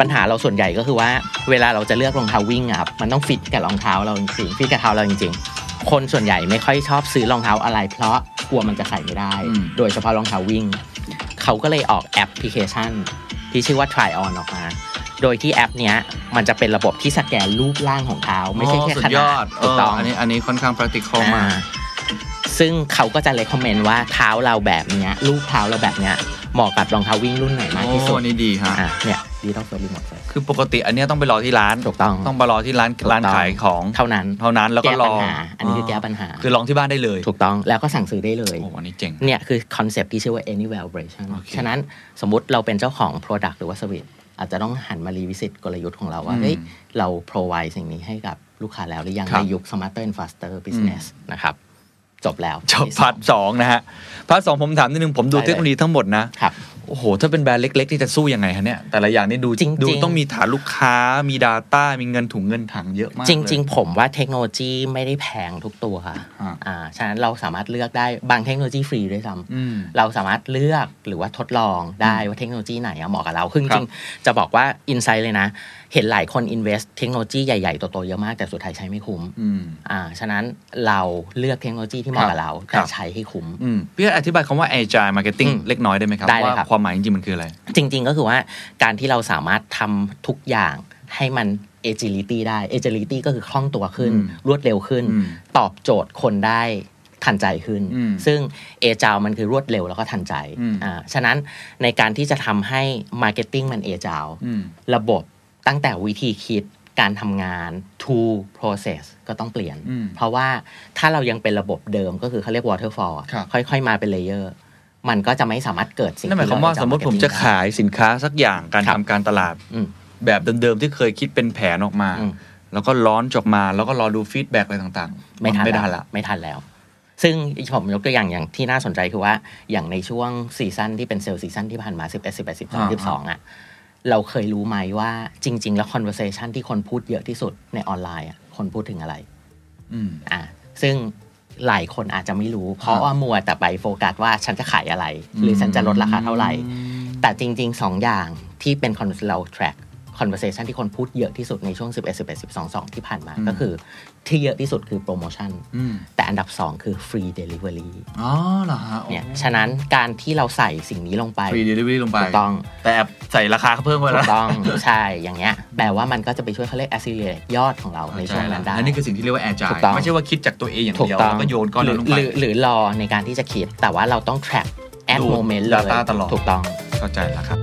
D: ปัญหาเราส่วนใหญ่ก็คือว่าเวลาเราจะเลือกรองเท้าวิ่งอะครับมันต้องฟิตกับรองเท้าเราจริงๆฟิตกับเท้าเราจริงๆ คนส่วนใหญ่ไม่ค่อยชอบซื้อรองเท้าอะไร เพราะกลัวมันจะใส่ไม่ได้
C: อืม
D: โดยเฉพาะรองเท้าวิ่ง เขาก็เลยออกแอปพลิเคชัน ที่ชื่อว่า Try On ออกมา โดยที่แอปเนี้ยมันจะเป็นระบบที่สแกนรูปร่างของเท้า ไม่ใช่แค่
C: โอ้สุ
D: ข
C: ดย
D: นา
C: อ
D: ด
C: ด
D: ถูกต้อง
C: เอันนี้อันนี้ค่อนข้าง practical มาก
D: อ่าซึ่งเขาก็จะเลยคอมเมนต์ว่าเท้าเราแบบเนี้ยรูปเท้าเราแบบเนี้ยเหมาะกับรองเท้าวิ่งรุ่นไหนมาก
C: โอ้
D: ที่สุด
C: อันนี่ดีฮะ
D: อ่ะเนี่ยดีต้องเฟิร์รีโมทเลย
C: คือปกติอันเนี้ยต้องไปรอที่ร้าน
D: ถูกต้อง
C: ต้องไปรอที่ร้าน
D: ถูกต้อง
C: ร้านขายของ
D: เท่านั้น
C: เท่านั้นแล้วก็
D: แก้
C: ร
D: ปั
C: อ
D: ญหาอันนี้คือแก้ปัญหา
C: คือลองที่บ้านได้เลย
D: ถูกต้องแล้วก็สั่งซื้อได้เลย
C: โอ้อันนี้เจ๋ง
D: เนี่ยคือคอนเซปที่ชื่อว่า any vibration
C: โอเค
D: ฉะนั้นสมมติเราเป็นเจ้าของ Product หรือว่า Service อาจจะต้องหันมารีวิสิตกลยุทธ์ของเราว่า
C: อืม
D: เฮ้ยเรา provide สิ่งนี้ให้กับลูกค้าแล้วหรือยัง
C: ครับ
D: ในยุค smarter and faster business นะครับ จบแล้ว
C: จบพาร์ทสองนะฮะพาร์ทสองผมถามนิดนึงผมดูเทคโนโลยีทั้งหมดนะ
D: ครับ
C: โอ้โห ถ้าเป็นแบรนด์เล็ก ๆ นี่จะสู้ยังไงฮะเนี่ย แต่ละอย่างนี่ดู
D: จริงๆ
C: ดูต้องมีฐานลูกค้า มี Data มีเงินถุงเงินถังเยอะมาก
D: จริง
C: เลย
D: ๆ ผมว่าเทคโนโลยีไม่ได้แพงทุกตัวค่ะ
C: ฮะ
D: อ่าฉะนั้นเราสามารถเลือกได้บางเทคโนโลยีฟรีด้วยซ้ำ
C: อืม
D: เราสามารถเลือกหรือว่าทดลองได้ว่าเทคโนโลยีไหนอะเหมาะกับเราคือจริงๆจะบอกว่าอินไซต์เลยนะ เห็นหลายคน invest เทคโนโลยีใหญ่ๆ ตัวโตเยอะมากแต่สุดท้ายใช้ไม่คุ้ม
C: อืม
D: อ่าฉะนั้นเราเลือกเทคโนโลยีที่เหมาะกับเรา
C: ครั
D: แต่
C: บ
D: ใช้ให้คุ้ม
C: อืมพี่อธิบายคำว่า agile marketing
D: อืม
C: เล็กน้อยได้ไหมครับ
D: ได้เลย
C: ว่า
D: ครับ
C: ความหมายจริงๆมันคืออะไร
D: จริง ๆ ก็คือว่าการที่เราสามารถทำทุกอย่างให้มัน agility ได้ agility ก็คือคล่องตัวขึ้น
C: อืม
D: รวดเร็วขึ้น
C: อืม
D: ตอบโจทย์คนได้ทันใจขึ้น
C: อืม
D: ซึ่ง agile มันคือรวดเร็วแล้วก็ทันใจ
C: อืม
D: อ่าฉะนั้นในการที่จะทำให้ marketing มัน agile
C: อืม
D: ระบบตั้งแต่วิธีคิดการทำงาน tool process ก็ต้องเปลี่ยน
C: อืม
D: เพราะว่าถ้าเรายังเป็นระบบเดิมก็คือเขาเรียก waterfall อะ
C: ครับ
D: ค่อยๆ มาเป็นเลเยอร์ มันก็จะไม่สามารถเกิดสิ่ง
C: นั่นหมายความว่า
D: ที่เร
C: สมมติผมจะ
D: marketing
C: ขายสินค้าสักอย่างการ
D: ครั
C: ทำ
D: บ
C: การตลาด
D: อืม
C: แบบเดิมๆ ที่เคยคิดเป็นแผนออกมา
D: อืม
C: แล้วก็ร้อนจบมาแล้วก็รอดูฟีดแบ็กอะไรต่างๆ
D: ไม่ทัน
C: ไม่
D: แล้
C: ทั
D: วน
C: ละ
D: ไม่ทันแล้ว ซึ่งผมยกตัวอย่างอย่างที่น่าสนใจคือว่าอย่างในช่วงซีซั่นที่เป็นเซลล์ซีซั่นที่ผ่านมา 11 11
C: อ่า
D: 12 12อ่ะเราเคยรู้ไหมว่าจริง ๆ แล้ว conversation ที่คนพูดเยอะที่สุดในออนไลน์อ่ะคนพูดถึงอะไร
C: อืม
D: อ่ะซึ่งหลายคนอาจจะไม่รู้ เพ
C: ค
D: ราะ
C: รับ
D: ว่ามัวแต่ไปโฟกัสว่าฉันจะขายอะไร หรือ
C: ม
D: ฉันจะลดราคาเท่าไหร่ แต่จริงๆ 2 อย่างที่เป็น con เรา track conversation ที่คนพูดเยอะที่สุดในช่วง 11 11 12 2 ที่ผ่านมาก็คือ ที่เยอะที่สุดคือโปรโมชั่น
C: อืม
D: แต่อันดับ 2 คือ free delivery
C: อ๋อเหรอฮะ
D: เนี่ยฉะนั้นการที่เราใส่สิ่งนี้ลงไป
C: ฟรีเดลิเวอรี่ลงไป
D: ถูกต้อง
C: แต่แอบใส่ราคาเขาเพิ่มไว้
D: ถู
C: แล้ว
D: กต้อง ใช่ อย่างเงี้ยแปลว่ามันก็จะไปช่วยเขาเรียก accelerate ยอดของเราในช่วงนั้นได้
C: อันนี้คือสิ่งที่เรียกว่าแอร์จ่า
D: ถูกต้อง
C: ไม่ใช่ว่าคิดจากตัวเองอย่าง
D: ถูก
C: เดียว
D: ต้อ
C: แล้ว
D: ง
C: ก็โยนก้อนนั้นลงไป
D: หรือหรือหรือรอในการที่จะคิด แต่ว่าเราต้อง track at
C: ดู
D: moment เลย
C: data ตลอด
D: ถูกต้อง
C: เข้าใจแล้วครับ